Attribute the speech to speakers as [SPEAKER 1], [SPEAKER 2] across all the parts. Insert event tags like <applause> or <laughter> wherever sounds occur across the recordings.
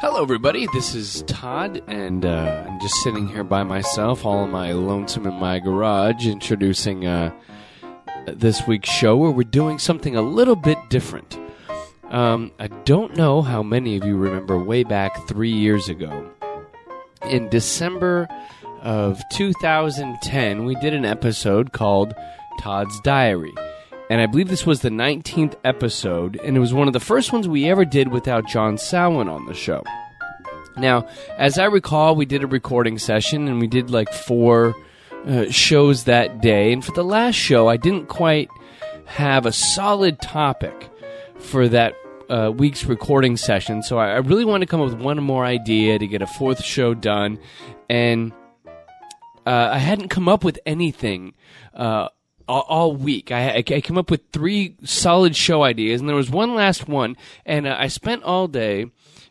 [SPEAKER 1] Hello, everybody. This is Todd, and uh, I'm just sitting here by myself, all my lonesome in my garage, introducing uh, this week's show where we're doing something a little bit different. Um, I don't know how many of you remember way back three years ago. In December of 2010, we did an episode called Todd's Diary. And I believe this was the 19th episode, and it was one of the first ones we ever did without John Salwin on the show. Now, as I recall, we did a recording session and we did like four uh, shows that day. And for the last show, I didn't quite have a solid topic for that uh, week's recording session. So I, I really wanted to come up with one more idea to get a fourth show done. And uh, I hadn't come up with anything uh, all, all week. I, I, I came up with three solid show ideas, and there was one last one. And uh, I spent all day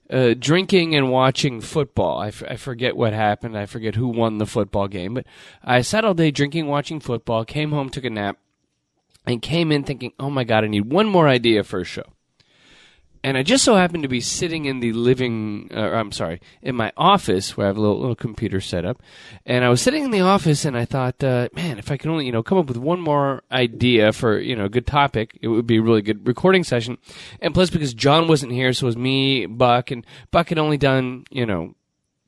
[SPEAKER 1] uh, drinking and watching football. I, f- I forget what happened. I forget who won the football game, but I sat all day drinking, watching football. Came home, took a nap, and came in thinking, "Oh my god, I need one more idea for a show." and I just so happened to be sitting in the living, uh, I'm sorry, in my office where I have a little, little computer set up, and I was sitting in the office and I thought, uh, man, if I could only you know come up with one more idea for you know a good topic, it would be a really good recording session, and plus because John wasn't here, so it was me, Buck, and Buck had only done you know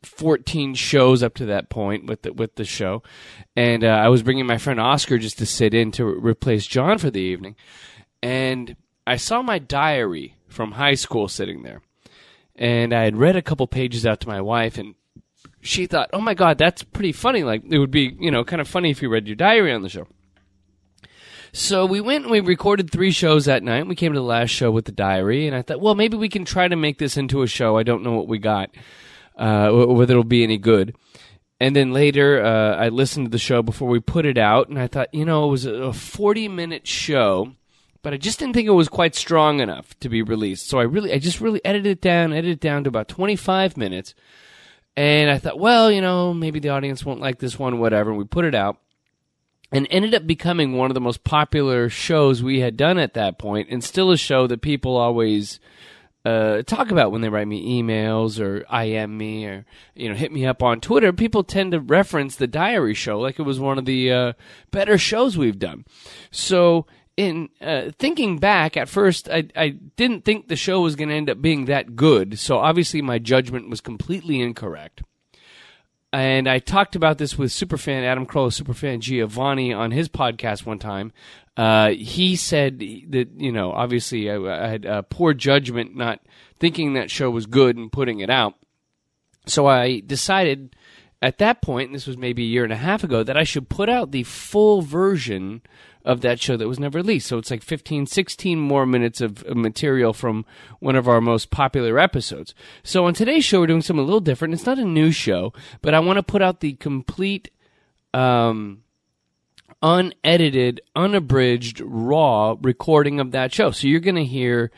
[SPEAKER 1] 14 shows up to that point with the, with the show, and uh, I was bringing my friend Oscar just to sit in to re- replace John for the evening, and I saw my diary from high school sitting there, and I had read a couple pages out to my wife, and she thought, "Oh my God, that's pretty funny. Like it would be you know kind of funny if you read your diary on the show." So we went and we recorded three shows that night. We came to the last show with the diary, and I thought, well, maybe we can try to make this into a show. I don't know what we got, uh, wh- whether it'll be any good. And then later, uh, I listened to the show before we put it out, and I thought, you know, it was a 40 minute show, but I just didn't think it was quite strong enough to be released. So I really, I just really edited it down, edited it down to about 25 minutes. And I thought, well, you know, maybe the audience won't like this one, whatever. And we put it out and ended up becoming one of the most popular shows we had done at that point and still a show that people always uh, talk about when they write me emails or IM me or you know hit me up on Twitter. People tend to reference the Diary Show like it was one of the uh, better shows we've done. So in uh, thinking back, at first I, I didn't think the show was going to end up being that good. So obviously my judgment was completely incorrect and I talked about this with superfan Adam Kroll, superfan Giovanni on his podcast one time. Uh, he said that you know, obviously, I, I had uh, poor judgment not thinking that show was good and putting it out. So I decided at that point, and this was maybe a year and a half ago, that I should put out the full version of that show that was never released. So it's like 15, 16 more minutes of, of material from one of our most popular episodes. So on today's show, we're doing something a little different. It's not a new show, but I want to put out the complete um, unedited, unabridged, raw recording of that show. So you're going to hear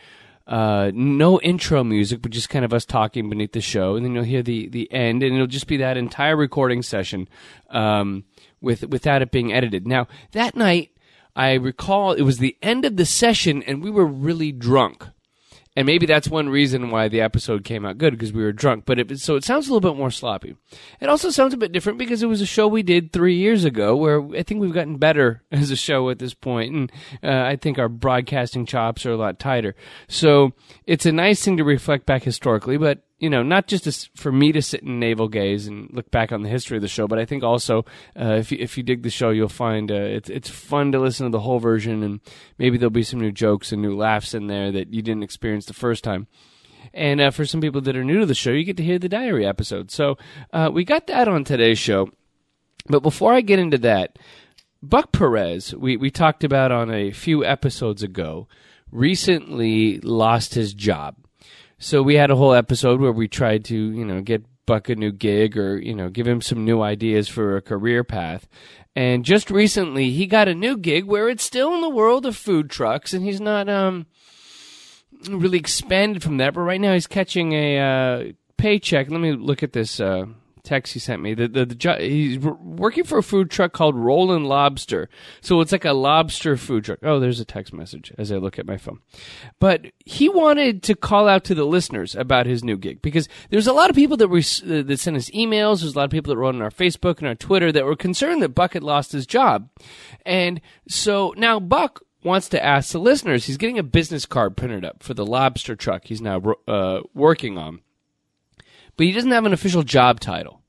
[SPEAKER 1] uh, no intro music, but just kind of us talking beneath the show, and then you'll hear the the end, and it'll just be that entire recording session um, with without it being edited. Now that night, I recall it was the end of the session, and we were really drunk. And maybe that's one reason why the episode came out good because we were drunk. But it, so it sounds a little bit more sloppy. It also sounds a bit different because it was a show we did three years ago, where I think we've gotten better <laughs> as a show at this point, and uh, I think our broadcasting chops are a lot tighter. So it's a nice thing to reflect back historically, but you know, not just as- for me to sit in navel gaze and look back on the history of the show, but I think also uh, if you, if you dig the show, you'll find uh, it's it's fun to listen to the whole version, and maybe there'll be some new jokes and new laughs in there that you didn't experience the first time. And uh, for some people that are new to the show, you get to hear the diary episode. So uh, we got that on today's show. But before I get into that, Buck Perez, we, we talked about on a few episodes ago, recently lost his job. So we had a whole episode where we tried to, you know, get Buck a new gig or, you know, give him some new ideas for a career path. And just recently he got a new gig where it's still in the world of food trucks and he's not um really expanded from that, but right now he's catching a uh, paycheck. Let me look at this uh, text he sent me. The, the, the jo- he's wor- working for a food truck called Rollin' Lobster, so it's like a lobster food truck. Oh, there's a text message as I look at my phone. But he wanted to call out to the listeners about his new gig because there's a lot of people that were s- uh, that sent us emails. There's a lot of people that wrote on our Facebook and our Twitter that were concerned that Bucket lost his job, and so now Buck wants to ask the listeners. He's getting a business card printed up for the lobster truck he's now ro- uh, working on but he doesn't have an official job title.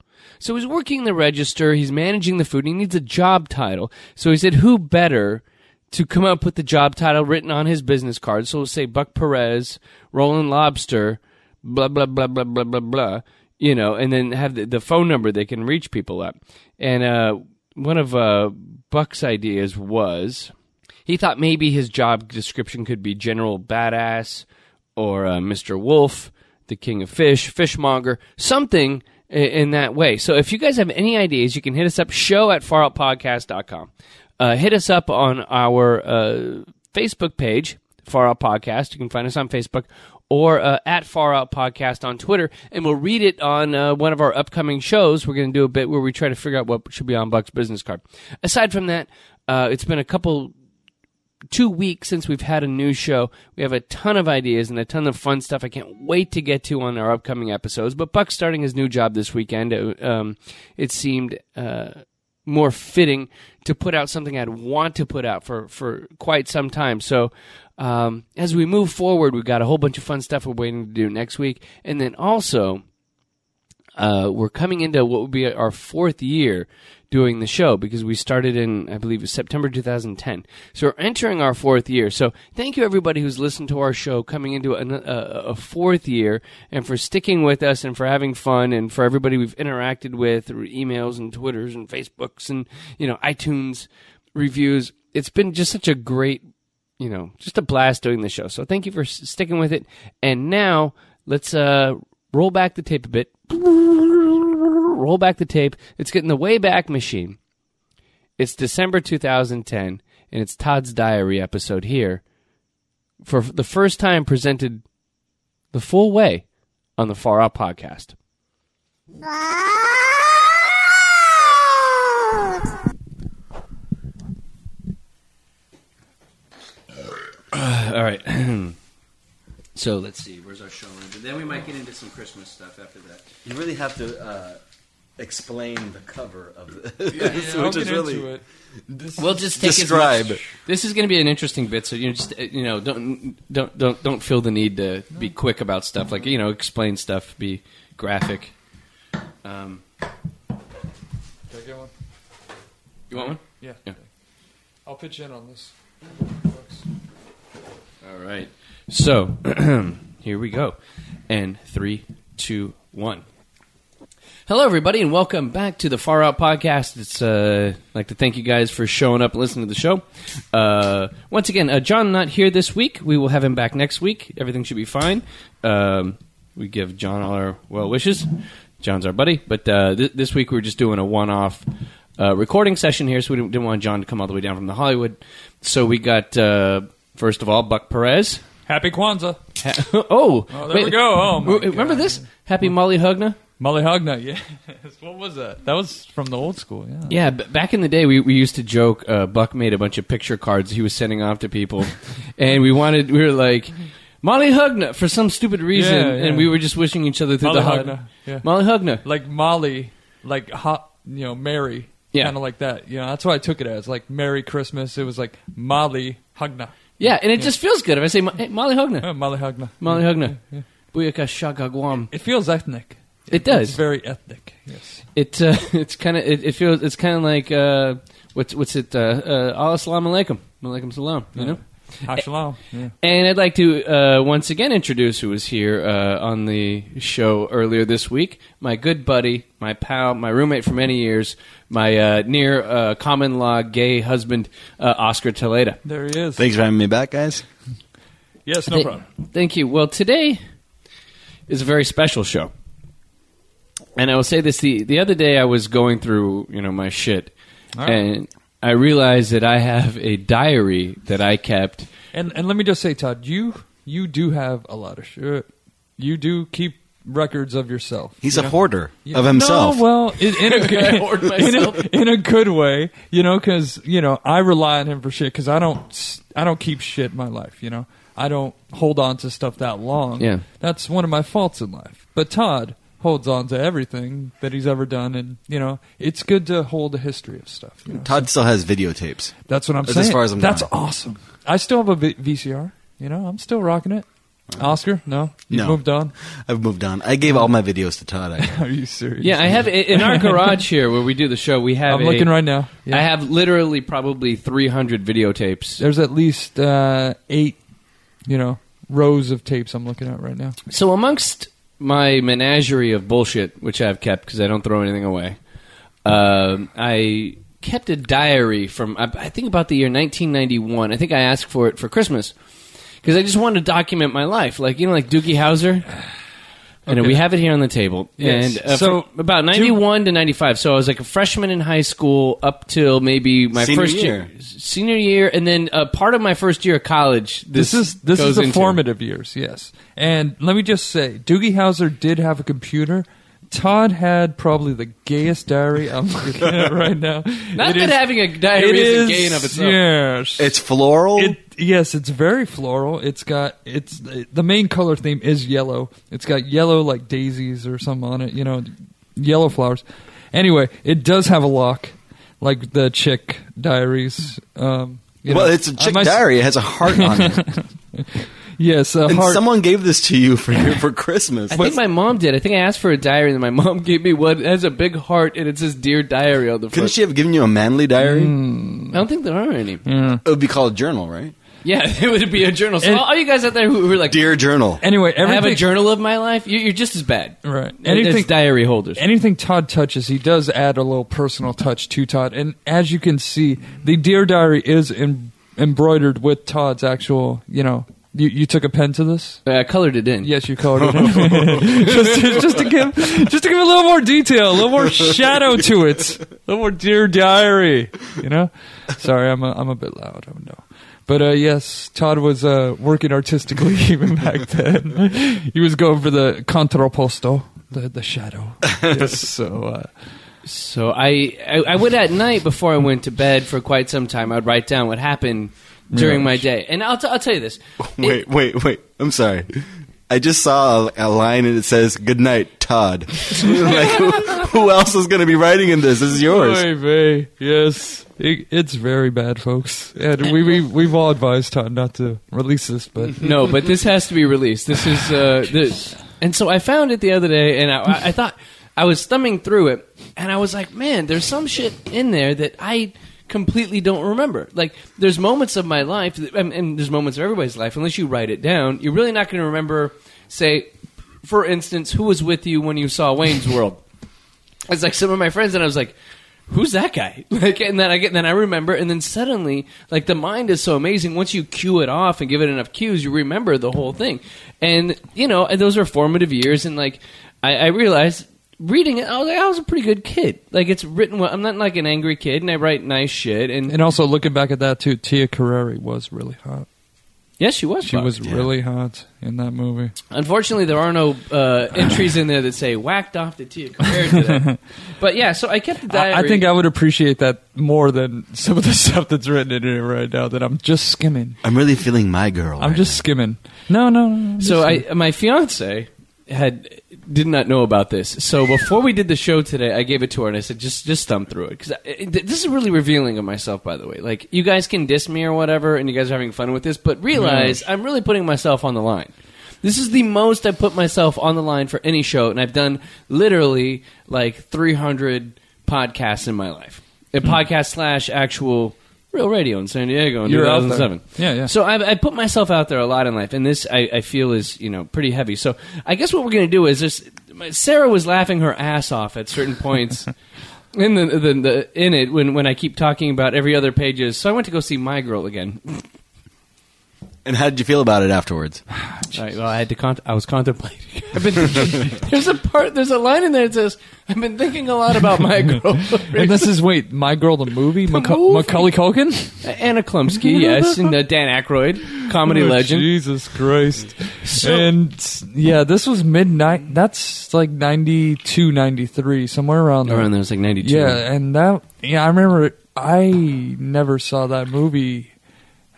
[SPEAKER 1] So he's working the register, he's managing the food, and he needs a job title. So he said, who better to come up with the job title written on his business card? So we'll say Buck Perez, Roland Lobster, blah, blah, blah, blah, blah, blah, blah, you know, and then have the, the phone number they can reach people at. And uh, one of uh, Buck's ideas was he thought maybe his job description could be General Badass or uh, Mr. Wolf, the King of Fish, Fishmonger, something i- in that way. So if you guys have any ideas, you can hit us up, show at faroutpodcast.com. Uh, hit us up on our uh, Facebook page, Far Out Podcast. You can find us on Facebook or uh, at Far Out Podcast on Twitter, and we'll read it on uh, one of our upcoming shows. We're going to do a bit where we try to figure out what should be on Buck's business card. Aside from that, uh, it's been a couple two weeks since we've had a new show. We have a ton of ideas and a ton of fun stuff I can't wait to get to on our upcoming episodes. But Buck's starting his new job this weekend. It, um, it seemed uh, more fitting to put out something I'd want to put out for, for quite some time. So um, as we move forward, we've got a whole bunch of fun stuff we're waiting to do next week. And then also, uh, we're coming into what would be our fourth year doing the show because we started in, I believe, it was September 2010. So we're entering our fourth year. So thank you, everybody who's listened to our show coming into an, a, a fourth year and for sticking with us and for having fun and for everybody we've interacted with through emails and Twitters and Facebooks and, you know, iTunes reviews. It's been just such a great you know, just a blast doing the show. So thank you for s- sticking with it. And now let's uh, roll back the tape a bit. Roll back the tape. It's getting the way back machine. It's December 2010, and it's Todd's diary episode here. For f- the first time, presented the full way on the Far Out podcast. All right. <clears throat> so let's see. Where's our show? But then we might get into some Christmas stuff after that.
[SPEAKER 2] You really have to uh, explain the cover of
[SPEAKER 3] <laughs>
[SPEAKER 2] this, <laughs> which is
[SPEAKER 3] into
[SPEAKER 2] really
[SPEAKER 3] it.
[SPEAKER 1] We'll just take
[SPEAKER 2] describe.
[SPEAKER 1] As much. This is going to be an interesting bit, so you know, just uh, you know, don't don't don't don't feel the need to be quick about stuff. Like you know, explain stuff, be graphic. Um,
[SPEAKER 3] Can I get one?
[SPEAKER 1] you want one?
[SPEAKER 3] Yeah.
[SPEAKER 1] Yeah.
[SPEAKER 3] I'll pitch in on this.
[SPEAKER 1] All right. So <clears throat> here we go. And three, two, one. Hello, everybody, and welcome back to the Far Out Podcast. It's uh, I'd like to thank you guys for showing up and listening to the show. Uh, once again, uh, John not here this week. We will have him back next week. Everything should be fine. Um, we give John all our well wishes. John's our buddy, but uh, th- this week we we're just doing a one-off uh, recording session here, so we didn't, didn't want John to come all the way down from the Hollywood. So we got uh, first of all Buck Perez.
[SPEAKER 3] Happy Kwanzaa.
[SPEAKER 1] Ha- <laughs> oh,
[SPEAKER 3] Oh, there we go. Oh, my
[SPEAKER 1] remember
[SPEAKER 3] God.
[SPEAKER 1] this? Happy Molly Hugna.
[SPEAKER 3] Molly Hogna, <laughs> yes. What was that? That was from the old school, yeah.
[SPEAKER 1] Yeah, b- back in the day, we, we used to joke. Uh, Buck made a bunch of picture cards he was sending off to people,
[SPEAKER 3] <laughs>
[SPEAKER 1] and we wanted we were like Molly Hugna for some stupid reason,
[SPEAKER 3] Yeah, yeah.
[SPEAKER 1] and we were just wishing each other through
[SPEAKER 3] Molly
[SPEAKER 1] the hug.
[SPEAKER 3] Hugna, yeah.
[SPEAKER 1] Molly Hugna.
[SPEAKER 3] Like Molly, like hot, you know, Mary.
[SPEAKER 1] Yeah.
[SPEAKER 3] Kind of like that. You know, that's what I took it as. Like Merry Christmas. It was like Molly Hogna. <laughs>
[SPEAKER 1] Yeah, and it just feels good if I say Mo- hey, Molly Hugna.
[SPEAKER 3] Uh, Molly Hogna.
[SPEAKER 1] Molly Hugna. Booyaka shaka guam.
[SPEAKER 3] It feels ethnic.
[SPEAKER 1] It does.
[SPEAKER 3] It's very ethnic, yes.
[SPEAKER 1] It uh, <laughs> it's kind of it, it feels it's kind of like uh, what's what's it uh, uh, Allah salam alaikum alaikum salam you know.
[SPEAKER 3] Hashalom. Yeah.
[SPEAKER 1] And I'd like to uh, once again introduce who was here uh, on the show earlier this week. My good buddy, my pal, my roommate for many years, my uh, near uh, common law gay husband, uh, Oscar Toledo.
[SPEAKER 3] There he is.
[SPEAKER 2] Thanks for having me back, guys.
[SPEAKER 3] yes, no
[SPEAKER 1] Th-
[SPEAKER 3] problem.
[SPEAKER 1] Thank you. Well, today is a very special show. And I will say this the, the other day I was going through, you know, my shit
[SPEAKER 3] All right.
[SPEAKER 1] and I realized that I have a diary that I kept
[SPEAKER 3] And and let me just say, Todd, uh, you you do have a lot of shit. You do keep records of yourself.
[SPEAKER 4] He's
[SPEAKER 3] you
[SPEAKER 4] a
[SPEAKER 3] know?
[SPEAKER 4] hoarder
[SPEAKER 3] Yeah.
[SPEAKER 4] of himself.
[SPEAKER 3] No, well, in,
[SPEAKER 1] <laughs>
[SPEAKER 3] in,
[SPEAKER 1] I hoard
[SPEAKER 3] a, in, a, in a good way, you know, because you know I rely on him for shit because I don't s- I don't keep shit in my life, you know. I don't hold on to stuff that long.
[SPEAKER 1] Yeah.
[SPEAKER 3] that's one of my faults in life. But Todd holds on to everything that he's ever done, and you know it's good to hold a history of stuff. You know?
[SPEAKER 4] Todd still has videotapes.
[SPEAKER 3] That's what I'm
[SPEAKER 4] That's
[SPEAKER 3] saying.
[SPEAKER 4] as far as I'm
[SPEAKER 3] That's
[SPEAKER 4] going.
[SPEAKER 3] awesome. I still have a v- VCR. You know, I'm still rocking it. Oscar, no, you
[SPEAKER 4] No.
[SPEAKER 3] moved
[SPEAKER 4] <laughs>
[SPEAKER 3] on.
[SPEAKER 4] I've moved on. I gave all my videos to Todd. I, <laughs>
[SPEAKER 3] Are you serious?
[SPEAKER 1] Yeah, I have in
[SPEAKER 3] <laughs>
[SPEAKER 1] our garage here where we do the show. We have.
[SPEAKER 3] I'm looking
[SPEAKER 1] a-
[SPEAKER 3] right now. Yeah.
[SPEAKER 1] I have literally probably 300 videotapes.
[SPEAKER 3] There's at least uh, eight, you know, rows of tapes I'm looking at right now.
[SPEAKER 1] So amongst my menagerie of bullshit, which I've kept because I don't throw anything away, um, I kept a diary from I, I think about the year 1991. I think I asked for it for Christmas because I just wanted to document my life, like you know, like Doogie Howser. And
[SPEAKER 3] Okay.
[SPEAKER 1] we have it here on the table.
[SPEAKER 3] Yes.
[SPEAKER 1] And uh,
[SPEAKER 3] So-
[SPEAKER 1] so about 91 to 95. So I was like a freshman in high school up till maybe my
[SPEAKER 4] Senior
[SPEAKER 1] first
[SPEAKER 4] year.
[SPEAKER 1] senior year and then uh, part of my first year of college. This,
[SPEAKER 3] This, is this
[SPEAKER 1] goes
[SPEAKER 3] is the
[SPEAKER 1] into.
[SPEAKER 3] formative years, yes. And let me just say, Doogie Howser did have a computer. Todd had probably the gayest diary I'm
[SPEAKER 4] <laughs>
[SPEAKER 3] looking at right now.
[SPEAKER 1] Not
[SPEAKER 3] It
[SPEAKER 1] that
[SPEAKER 3] is-
[SPEAKER 1] having a diary
[SPEAKER 3] it
[SPEAKER 1] isn't
[SPEAKER 3] is-
[SPEAKER 1] gay in of itself.
[SPEAKER 3] Yes,
[SPEAKER 4] it's floral.
[SPEAKER 3] It, yes, it's very floral. It's got it's the main color theme is yellow. It's got yellow like daisies or something on it, you know, yellow flowers. Anyway, it does have a lock, like the chick diaries. Um, you
[SPEAKER 4] well,
[SPEAKER 3] know.
[SPEAKER 4] it's a
[SPEAKER 3] I
[SPEAKER 4] chick
[SPEAKER 3] must-
[SPEAKER 4] diary. It has a heart on
[SPEAKER 3] <laughs>
[SPEAKER 4] it.
[SPEAKER 3] Yes, a
[SPEAKER 4] And
[SPEAKER 3] heart.
[SPEAKER 4] someone gave this to you for your,
[SPEAKER 3] <laughs>
[SPEAKER 4] for Christmas.
[SPEAKER 1] I think my mom did. I think I asked for a diary, and my mom <laughs> gave me one. It has a big heart, and it says "Dear Diary" on the
[SPEAKER 4] Couldn't
[SPEAKER 1] front.
[SPEAKER 4] she have given you a manly diary?
[SPEAKER 1] I
[SPEAKER 3] Mm.
[SPEAKER 1] don't think there are any.
[SPEAKER 4] It would be called a journal, right?
[SPEAKER 1] Yeah, <laughs> it would be a journal. So
[SPEAKER 3] And-
[SPEAKER 1] all you guys out there who, who are like,
[SPEAKER 4] Dear journal.
[SPEAKER 3] anyway,
[SPEAKER 1] "I have
[SPEAKER 3] everything
[SPEAKER 1] a journal of my life," you- you're just as bad.
[SPEAKER 3] Right.
[SPEAKER 1] Anything
[SPEAKER 3] Anything-
[SPEAKER 1] diary holders.
[SPEAKER 3] anything Todd touches, he does add a little personal touch to Todd. And as you can see, the Dear Diary is em- embroidered with Todd's actual. You know, you, you took a pen to this.
[SPEAKER 1] I colored it in.
[SPEAKER 3] Yes, you colored it. in. just, just to give, just to give a little more detail, a little more shadow to it, a little more dear diary. You know, sorry, I'm a, I'm a bit loud. I know, but uh, yes, Todd was uh, working artistically <laughs> even back then. he was going for the contrapposto, the the shadow. Yes, so uh,
[SPEAKER 1] So I, I, I would at night before I went to bed for quite some time. I'd write down what happened during
[SPEAKER 3] Yeah.
[SPEAKER 1] my day, and I'll, t- I'll tell you
[SPEAKER 3] <laughs>
[SPEAKER 1] this.
[SPEAKER 4] Wait, wait, wait. I'm sorry. I just saw a, a line and it says, Good night, Todd. <laughs> like, who, who else is going to be writing in this? This is yours.
[SPEAKER 3] Oy vey, yes, It- it's very bad, folks, and we, we we've all advised Todd not to release this,
[SPEAKER 1] <laughs>
[SPEAKER 3] but.
[SPEAKER 1] no, but this has to be released. This is uh, the, and so I found it the other day, and I, I thought I was thumbing through it, and I was like, man, there's some shit in there that I completely don't remember. Like, there's moments of my life, that, and, and there's moments of everybody's life. Unless you write it down, you're really not going to remember. Say, for instance, who was with you when you saw Wayne's World? It's like some of my friends, and I was like, "Who's that guy?" <laughs> Like, and then I get, then I remember, and then suddenly, like, the mind is so amazing. Once you cue it off and give it enough cues, you remember the whole thing. And you know, and those are formative years, and like, I, I realized reading it, I was like, I was a pretty good kid. Like, it's written well. I'm not like an angry kid, and I write nice shit. And,
[SPEAKER 3] And also looking back at that too, Tia Carrere was really hot.
[SPEAKER 1] yes, she was.
[SPEAKER 3] She
[SPEAKER 1] fucked.
[SPEAKER 3] was really hot in that movie.
[SPEAKER 1] Unfortunately, there are no uh, entries in there that say "whacked off the tea" compared to
[SPEAKER 3] <laughs>
[SPEAKER 1] that. but yeah, so I kept the diary.
[SPEAKER 3] I, I think I would appreciate that more than some of the <laughs> stuff that's written in here right now. That I'm just skimming.
[SPEAKER 4] I'm really feeling my girl.
[SPEAKER 3] I'm
[SPEAKER 4] right
[SPEAKER 3] just skimming. No, no. no I'm
[SPEAKER 1] So
[SPEAKER 3] just-
[SPEAKER 1] I, my fiance had did not know about this. So before we did the show today, I gave it to her and I said, just just thumb through it because this is really revealing of myself. By the way, like you guys can diss me or whatever, and you guys are having fun with this, but realize I'm really putting myself on the line. This is the most I put myself on the line for any show, and I've done literally like 300 podcasts in my life. A podcast slash actual real radio in San Diego in
[SPEAKER 3] You're out there.
[SPEAKER 1] 2007.
[SPEAKER 3] Yeah, yeah.
[SPEAKER 1] So I, I put myself out there a lot in life, and this I, I feel is you know pretty heavy. So I guess what we're gonna do is this. Sarah was laughing her ass off at certain
[SPEAKER 3] <laughs>
[SPEAKER 1] points in the, the, the in it when when I keep talking about every other pages. So I went to go see My Girl again.
[SPEAKER 4] And how did you feel about it afterwards?
[SPEAKER 1] All right, well, I had to. Con- I was contemplating. <laughs> I've been
[SPEAKER 3] <laughs>
[SPEAKER 1] thinking, there's a part. There's a line in there that says, "I've been thinking a lot about
[SPEAKER 3] <laughs>
[SPEAKER 1] my girl."
[SPEAKER 3] And this is wait, my girl, the movie, Maca-
[SPEAKER 1] movie.
[SPEAKER 3] Macaulay Culkin,
[SPEAKER 1] Anna Klumsky, yes, and uh, Dan Aykroyd, comedy
[SPEAKER 3] Oh,
[SPEAKER 1] legend.
[SPEAKER 3] Jesus Christ!
[SPEAKER 1] So-
[SPEAKER 3] and yeah, this was midnight. That's like 92, 93, somewhere around there.
[SPEAKER 1] Around there was like ninety two.
[SPEAKER 3] Yeah, and that yeah, I remember. it- I never saw that movie.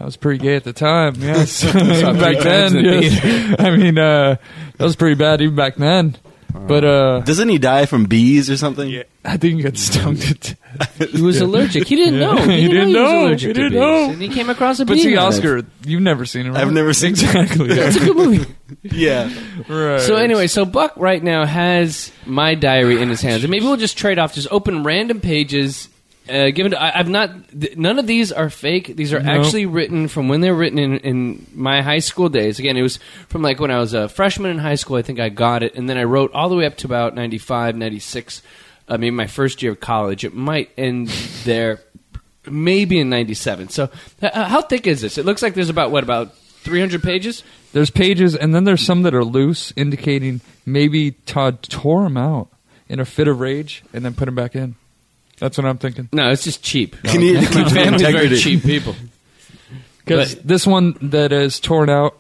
[SPEAKER 3] I was pretty gay at the time.
[SPEAKER 1] <laughs>
[SPEAKER 3] Yes, <laughs> back
[SPEAKER 1] times
[SPEAKER 3] then.
[SPEAKER 1] in the
[SPEAKER 3] yes. <laughs> I mean, uh, that was pretty bad even back then. But uh,
[SPEAKER 4] Doesn't he die from bees or something?
[SPEAKER 3] I think it's stung to death. <laughs>
[SPEAKER 1] he was allergic. He didn't know. He, didn't know. He, was allergic
[SPEAKER 3] He
[SPEAKER 1] to
[SPEAKER 3] didn't
[SPEAKER 1] bees.
[SPEAKER 3] know.
[SPEAKER 1] And he came across a
[SPEAKER 3] But
[SPEAKER 1] bee.
[SPEAKER 3] see,
[SPEAKER 1] on it.
[SPEAKER 3] Oscar, you've never seen it. Right?
[SPEAKER 4] I've never seen that.
[SPEAKER 3] <laughs> exactly.
[SPEAKER 1] It's
[SPEAKER 3] <laughs>
[SPEAKER 1] a good movie.
[SPEAKER 4] Yeah.
[SPEAKER 3] Right.
[SPEAKER 1] So anyway, so Buck right now has my diary in his hands, and maybe we'll just trade off. Just open random pages. Uh, given to, I, I've not. Th- none of these are fake. These are
[SPEAKER 3] No.
[SPEAKER 1] actually written from when they were written in, in my high school days. Again, it was from like when I was a freshman in high school. I think I got it, and then I wrote all the way up to about 95, 96. I mean, my first year of college. It might end there, maybe in ninety seven. So, h- how thick is this? It looks like there's about what about three hundred pages.
[SPEAKER 3] There's pages, and then there's some that are loose, indicating maybe Todd tore them out in a fit of rage and then put them back in. That's what I'm thinking.
[SPEAKER 1] No, it's just cheap.
[SPEAKER 4] You need to keep the
[SPEAKER 1] My family's very
[SPEAKER 4] integrity.
[SPEAKER 1] cheap <laughs> people.
[SPEAKER 3] Because
[SPEAKER 1] But-
[SPEAKER 3] this one that is torn out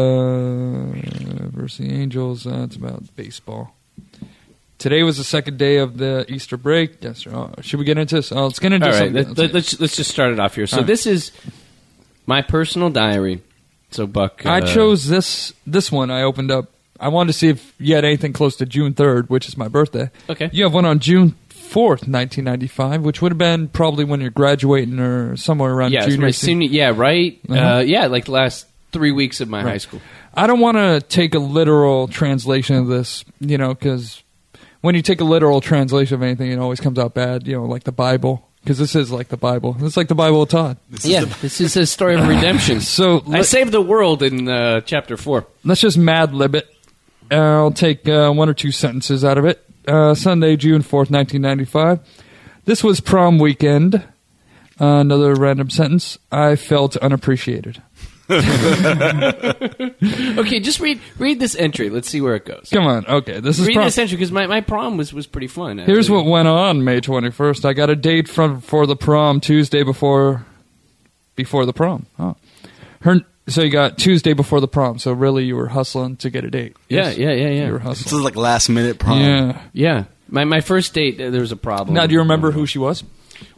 [SPEAKER 3] uh, versus the Angels, uh, it's about baseball. Today was the second day of the Easter break. Yes, sir. Oh, should we get into this? Oh, let's get into
[SPEAKER 1] All right,
[SPEAKER 3] something.
[SPEAKER 1] let, let, us let's just start it off here. So
[SPEAKER 3] All right.
[SPEAKER 1] this is my personal diary. So Buck,
[SPEAKER 3] I
[SPEAKER 1] uh,
[SPEAKER 3] chose this this one. I opened up. I wanted to see if you had anything close to June third, which is my birthday.
[SPEAKER 1] Okay.
[SPEAKER 3] You have one on June fourth, nineteen ninety five, which would have been probably when you're graduating or somewhere around
[SPEAKER 1] yeah, it's
[SPEAKER 3] junior.
[SPEAKER 1] my
[SPEAKER 3] se-
[SPEAKER 1] senior, yeah, right, uh
[SPEAKER 3] Uh-huh.
[SPEAKER 1] yeah, like the last three weeks of my high school.
[SPEAKER 3] I don't want to take a literal translation of this, you know, because when you take a literal translation of anything, it always comes out bad, you know, like the Bible. Because this is like the Bible. It's like the Bible of Todd.
[SPEAKER 1] yeah, this is a story
[SPEAKER 3] <laughs>
[SPEAKER 1] of redemption.
[SPEAKER 3] So
[SPEAKER 1] I saved the world in uh, chapter four.
[SPEAKER 3] let's just mad lib it. Uh, I'll take uh, one or two sentences out of it. Uh, Sunday, June 4th, 1995. This was prom weekend. Uh, another random sentence. I felt unappreciated.
[SPEAKER 1] Okay, just read read this entry. Let's see where it goes.
[SPEAKER 3] Come on. Okay. This is
[SPEAKER 1] read
[SPEAKER 3] prom.
[SPEAKER 1] this entry because my, my prom was was pretty fun. I
[SPEAKER 3] Here's
[SPEAKER 1] really-
[SPEAKER 3] what went on May 21st. I got a date from for the prom Tuesday before before the prom. Oh. Her so you got Tuesday before the prom. So really you were hustling to get a date.
[SPEAKER 1] Yeah,
[SPEAKER 3] Yes.
[SPEAKER 1] yeah, yeah, yeah.
[SPEAKER 3] You were
[SPEAKER 4] This
[SPEAKER 3] hustling.
[SPEAKER 4] is like last minute prom.
[SPEAKER 3] Yeah.
[SPEAKER 1] Yeah, my my first date uh, there was a problem.
[SPEAKER 3] Now do you remember who she was?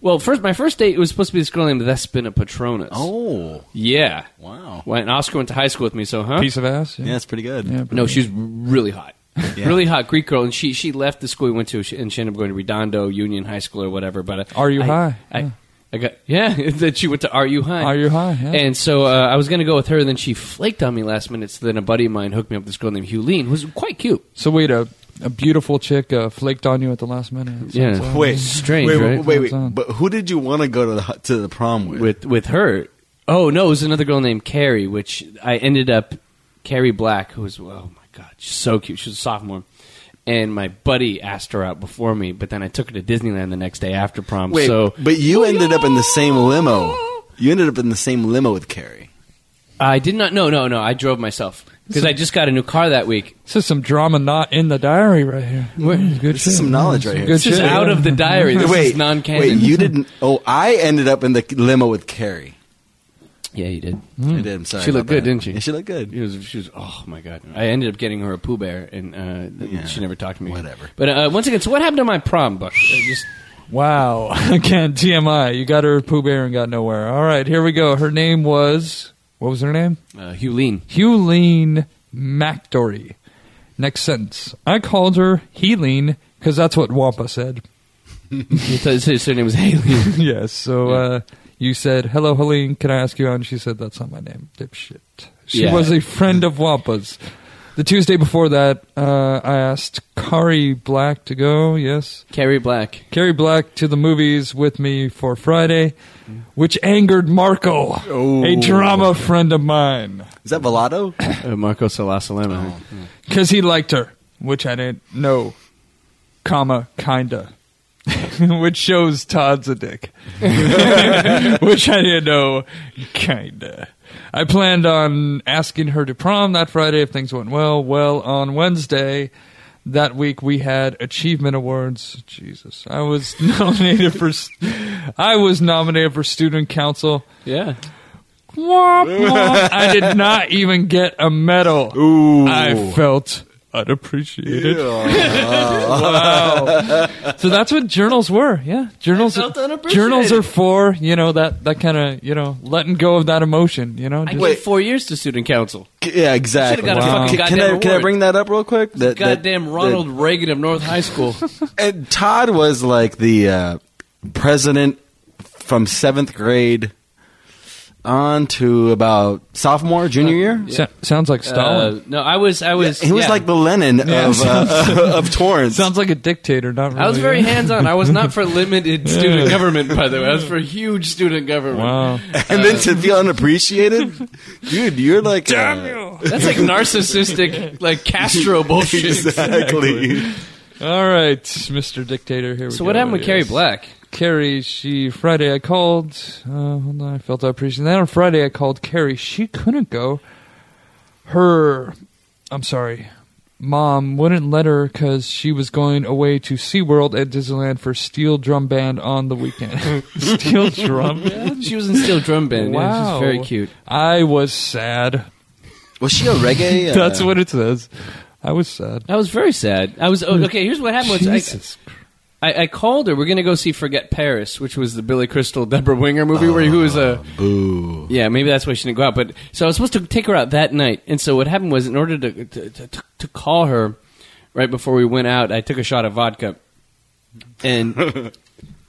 [SPEAKER 1] Well, first, my first date was supposed to be this girl named Vespina Patronus.
[SPEAKER 4] Oh.
[SPEAKER 1] yeah.
[SPEAKER 4] Wow.
[SPEAKER 1] Well, and Oscar went to high school with me, so huh?
[SPEAKER 3] Piece of ass.
[SPEAKER 4] Yeah, that's pretty good.
[SPEAKER 3] Yeah,
[SPEAKER 1] No, she's really hot, really hot Greek girl, and she she left the school we went to, she- and she ended up going to Redondo Union High School or whatever. But I,
[SPEAKER 3] Are you
[SPEAKER 1] I-
[SPEAKER 3] high?
[SPEAKER 1] I,
[SPEAKER 3] Yeah.
[SPEAKER 1] I got yeah. <laughs> That she went to Are You High?
[SPEAKER 3] Are You High, yeah.
[SPEAKER 1] And so uh, I was going to go with her, then she flaked on me last minute. So then a buddy of mine hooked me up with this girl named Huleen, who was quite cute.
[SPEAKER 3] So wait, a, a beautiful chick uh, flaked on you at the last minute. So it's
[SPEAKER 1] Yeah,
[SPEAKER 3] all-
[SPEAKER 4] Wait.
[SPEAKER 1] strange,
[SPEAKER 4] wait,
[SPEAKER 1] right?
[SPEAKER 4] wait, wait,
[SPEAKER 3] Sounds odd.
[SPEAKER 4] But who did you want to go to the, to the prom with?
[SPEAKER 1] with with her. Oh no, it was another girl named Carrie, which I ended up Carrie Black, who was oh my god, she's so cute. She was a sophomore, and my buddy asked her out before me, but then I took her to Disneyland the next day after prom.
[SPEAKER 4] Wait,
[SPEAKER 1] so
[SPEAKER 4] but you ended up in the same limo. You ended up in the same limo with Carrie.
[SPEAKER 1] I did not. No, no, no. I drove myself because I just got a new car that week.
[SPEAKER 3] This is some drama not in the diary right here. good
[SPEAKER 4] This is some knowledge right here.
[SPEAKER 3] Good
[SPEAKER 1] This is
[SPEAKER 3] shit.
[SPEAKER 1] out of the diary. This
[SPEAKER 4] wait,
[SPEAKER 1] is non-canon.
[SPEAKER 4] Wait,
[SPEAKER 1] <laughs>
[SPEAKER 4] you didn't? Oh, I ended up in the limo with Carrie.
[SPEAKER 1] yeah, you did.
[SPEAKER 4] I did. I'm sorry.
[SPEAKER 1] Hmm. She looked
[SPEAKER 4] about
[SPEAKER 1] good,
[SPEAKER 4] that.
[SPEAKER 1] didn't she?
[SPEAKER 4] Yeah, she looked good.
[SPEAKER 1] It was, she was, oh my god! I ended up getting her a Pooh Bear, and uh,
[SPEAKER 4] Yeah.
[SPEAKER 1] she never talked to me.
[SPEAKER 4] Whatever.
[SPEAKER 1] But uh, once again, so what happened to my prom, Buck? Uh, just
[SPEAKER 3] Wow. <laughs> Again, TMI. You got her Pooh Bear and got nowhere. All right, here we go. Her name was. What was her name?
[SPEAKER 1] uh, Huleen.
[SPEAKER 3] Huleen MacDory. Next sentence. I called her Heleen because that's what Wampa said. <laughs>
[SPEAKER 1] He thought his surname was Haley.
[SPEAKER 3] yes. So uh, you said, "Hello, Helene. Can I ask you out?" And she said, "That's not my name, dipshit." She
[SPEAKER 1] Yeah.
[SPEAKER 3] was a friend of Wampa's. The Tuesday before that, uh, I asked Kari Black to go. Yes,
[SPEAKER 1] <laughs> Carrie Black.
[SPEAKER 3] Carrie Black to the movies with me for Friday, which angered Marco, a drama friend of mine,
[SPEAKER 4] Is
[SPEAKER 1] <laughs>
[SPEAKER 4] that Velato?
[SPEAKER 1] Uh, Marco Salasalema.
[SPEAKER 3] because he liked her, which I didn't know, comma kinda. <laughs> which shows Todd's a dick, <laughs> which I didn't know, kinda. I planned on asking her to prom that Friday if things went well. Well, on Wednesday that week we had achievement awards. Jesus, I was <laughs> nominated for. st- I was nominated for student council.
[SPEAKER 1] Yeah.
[SPEAKER 3] Womp, womp. I did not even get a medal.
[SPEAKER 4] Ooh.
[SPEAKER 3] I felt unappreciated. Oh. So that's what journals were. Yeah, journals.
[SPEAKER 2] I felt unappreciated.
[SPEAKER 3] Journals are for you know that that kind of you know letting go of that emotion. You know,
[SPEAKER 1] I
[SPEAKER 3] Just-
[SPEAKER 1] gave four years to student council.
[SPEAKER 4] Yeah, exactly.
[SPEAKER 1] Should've got a fucking
[SPEAKER 4] Can- Can,
[SPEAKER 1] goddamn
[SPEAKER 4] I, can I
[SPEAKER 1] award.
[SPEAKER 4] bring that up real quick? Uh, That, that-
[SPEAKER 1] Goddamn
[SPEAKER 4] that-
[SPEAKER 1] Ronald Reagan of North High <laughs> School.
[SPEAKER 4] and Todd was like the uh, president from seventh grade on to about sophomore, junior year.
[SPEAKER 3] So- sounds like Stalin.
[SPEAKER 1] Uh, no, I was. I Uh, was.
[SPEAKER 4] He was
[SPEAKER 1] yeah.
[SPEAKER 4] like the Lenin
[SPEAKER 3] Yeah.
[SPEAKER 4] of,
[SPEAKER 1] <laughs>
[SPEAKER 4] uh, <laughs> of Torrance.
[SPEAKER 3] sounds like a dictator. Not really.
[SPEAKER 1] I was <laughs> very
[SPEAKER 3] yeah.
[SPEAKER 1] hands on. I was not for <laughs> limited student government, by the way. I was for huge student government.
[SPEAKER 3] Wow.
[SPEAKER 4] and then to feel
[SPEAKER 1] <laughs>
[SPEAKER 4] unappreciated, dude, you're like uh,
[SPEAKER 1] That's <laughs> like narcissistic, like
[SPEAKER 4] <laughs>
[SPEAKER 1] Castro bullshit.
[SPEAKER 4] exactly.
[SPEAKER 3] All right, Mr. Dictator. Here we
[SPEAKER 1] So what happened with Carrie
[SPEAKER 3] Carrie
[SPEAKER 1] Black?
[SPEAKER 3] Carrie, she Friday I called. Uh, hold on, I felt I appreciated. Then on Friday I called Carrie. She couldn't go. Her, I'm sorry, mom wouldn't let her because she was going away to SeaWorld at Disneyland for Steel Drum Band on
[SPEAKER 1] <laughs>
[SPEAKER 3] the weekend. Steel Drum Band.
[SPEAKER 1] She was in Steel Drum Band. Yeah,
[SPEAKER 3] Wow.
[SPEAKER 1] she's very cute.
[SPEAKER 3] I was sad.
[SPEAKER 4] Was she a reggae? uh,
[SPEAKER 3] <laughs> That's what it says. I was sad. Hmm.
[SPEAKER 1] I was very sad. I was oh, okay. Here's what happened. Was I-
[SPEAKER 3] Jesus.
[SPEAKER 1] I, I, called her. We're gonna go see Forget Paris, which was the Billy Crystal Deborah Winger movie where he
[SPEAKER 3] Ah,
[SPEAKER 1] was a
[SPEAKER 4] Boo.
[SPEAKER 1] Yeah, maybe that's why she didn't go out. But so I was supposed to take her out that night, and so what happened was, in order to to, to, to call her right before we went out, I took a shot of vodka,
[SPEAKER 3] <laughs>
[SPEAKER 1] and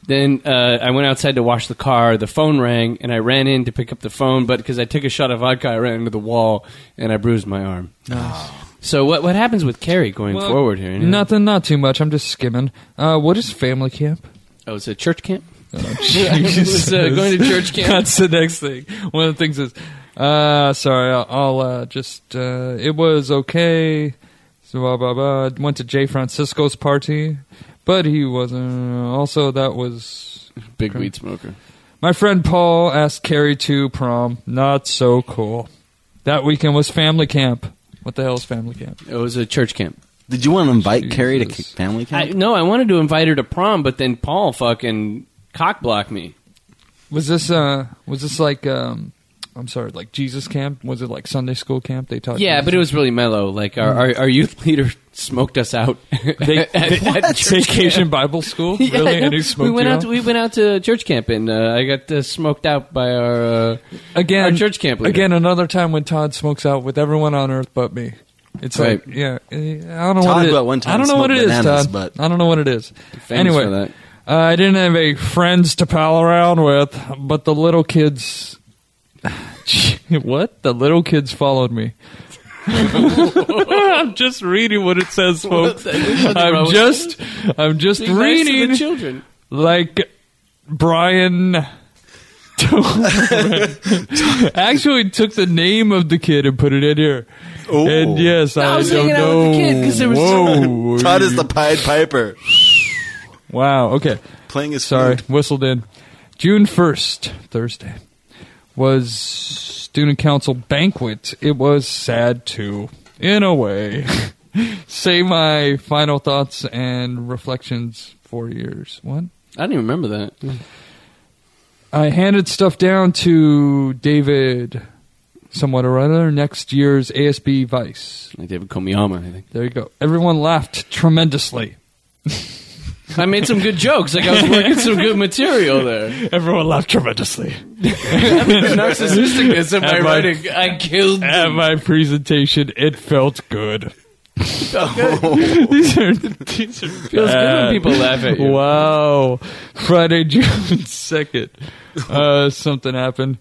[SPEAKER 1] then uh, I went outside to wash the car. The phone rang, and I ran in to pick up the phone, but because I took a shot of vodka, I ran into the wall and I bruised my arm. Ah. So what what happens with Carrie going
[SPEAKER 3] Well,
[SPEAKER 1] forward here? you know?
[SPEAKER 3] Nothing, not too much. I'm just skimming. Uh, what is family camp?
[SPEAKER 1] Oh, it's a church camp.
[SPEAKER 3] Jesus.
[SPEAKER 1] was, uh, going to church camp.
[SPEAKER 3] That's the next thing. One of the things is, uh, sorry, I'll, I'll uh, just, uh, it was okay. So blah, blah, blah. Went to Jay Francisco's party, but he wasn't. Also, that was.
[SPEAKER 1] Big weed smoker.
[SPEAKER 3] My friend Paul asked Carrie to prom. Not so cool. That weekend was family camp. What the hell is family camp?
[SPEAKER 1] It was Oh, a church camp.
[SPEAKER 4] Did you want to invite Carrie to
[SPEAKER 3] Jesus.
[SPEAKER 4] ca- family
[SPEAKER 1] I,
[SPEAKER 4] camp?
[SPEAKER 1] no, I wanted to invite her to prom, but then Paul fucking cock blocked me.
[SPEAKER 3] Was this, uh, was this like, um, I'm sorry, like Jesus camp? Was it like Sunday school camp? They taught
[SPEAKER 1] Yeah, but it was really mellow. Like our our, our youth <laughs> leader smoked us out.
[SPEAKER 3] Mm. They,
[SPEAKER 1] <laughs> at- at
[SPEAKER 3] <laughs>
[SPEAKER 1] church
[SPEAKER 3] vacation
[SPEAKER 1] camp.
[SPEAKER 3] Bible school?
[SPEAKER 1] <laughs> Yeah,
[SPEAKER 3] really?
[SPEAKER 1] no,
[SPEAKER 3] And who smoked
[SPEAKER 1] we went
[SPEAKER 3] you
[SPEAKER 1] out. To, we went out to church camp, and uh, I got uh, smoked out by our. Uh,
[SPEAKER 3] again,
[SPEAKER 1] our church camp leader.
[SPEAKER 3] Again, another time when Todd smokes out with everyone on earth but me. It's
[SPEAKER 1] Right.
[SPEAKER 3] like, yeah, eh, I don't know
[SPEAKER 4] Todd
[SPEAKER 3] what it is.
[SPEAKER 4] about one time
[SPEAKER 3] I don't know what it
[SPEAKER 4] smoked
[SPEAKER 3] is,
[SPEAKER 4] bananas,
[SPEAKER 3] Todd.
[SPEAKER 4] but-
[SPEAKER 3] I don't know what it is.
[SPEAKER 1] famous
[SPEAKER 3] anyway,
[SPEAKER 1] for that.
[SPEAKER 3] Uh, I didn't have any friends to pal around with, but the little kids. <laughs> what? The little kids followed me. <laughs> I'm just reading what it says, folks. I'm just, I'm just
[SPEAKER 1] Be nice to
[SPEAKER 3] reading
[SPEAKER 1] the children.
[SPEAKER 3] like Brian. Dolan. actually took the name of the kid and put it in here.
[SPEAKER 4] Oh.
[SPEAKER 3] And yes, I,
[SPEAKER 1] I was
[SPEAKER 3] don't
[SPEAKER 1] hanging out
[SPEAKER 3] know.
[SPEAKER 1] with the kid 'cause there was-
[SPEAKER 3] Whoa.
[SPEAKER 4] Todd is the Pied Piper
[SPEAKER 3] wow. Okay.
[SPEAKER 4] playing his
[SPEAKER 3] Sorry,
[SPEAKER 4] flute.
[SPEAKER 3] whistled in. June 1st, Thursday, was student council banquet. It was sad too, in a way. <laughs> Say my final thoughts and reflections for years. What?
[SPEAKER 1] I don't even remember that.
[SPEAKER 3] I handed stuff down to David, somewhat or other, next year's ASB Vice.
[SPEAKER 1] Like David Komiyama, I think.
[SPEAKER 3] There you go. Everyone laughed tremendously.
[SPEAKER 1] I made some good jokes. Like <laughs> I was working some good material there.
[SPEAKER 3] Everyone laughed tremendously.
[SPEAKER 1] Narcissisticness of my
[SPEAKER 3] Am I-
[SPEAKER 1] writing. <laughs> I killed.
[SPEAKER 3] At my presentation, it felt good.
[SPEAKER 1] Feels
[SPEAKER 3] these are these are
[SPEAKER 1] good
[SPEAKER 3] bad.
[SPEAKER 1] when people laugh at you.
[SPEAKER 3] Wow. Friday, <laughs> June 2nd. Uh, something happened.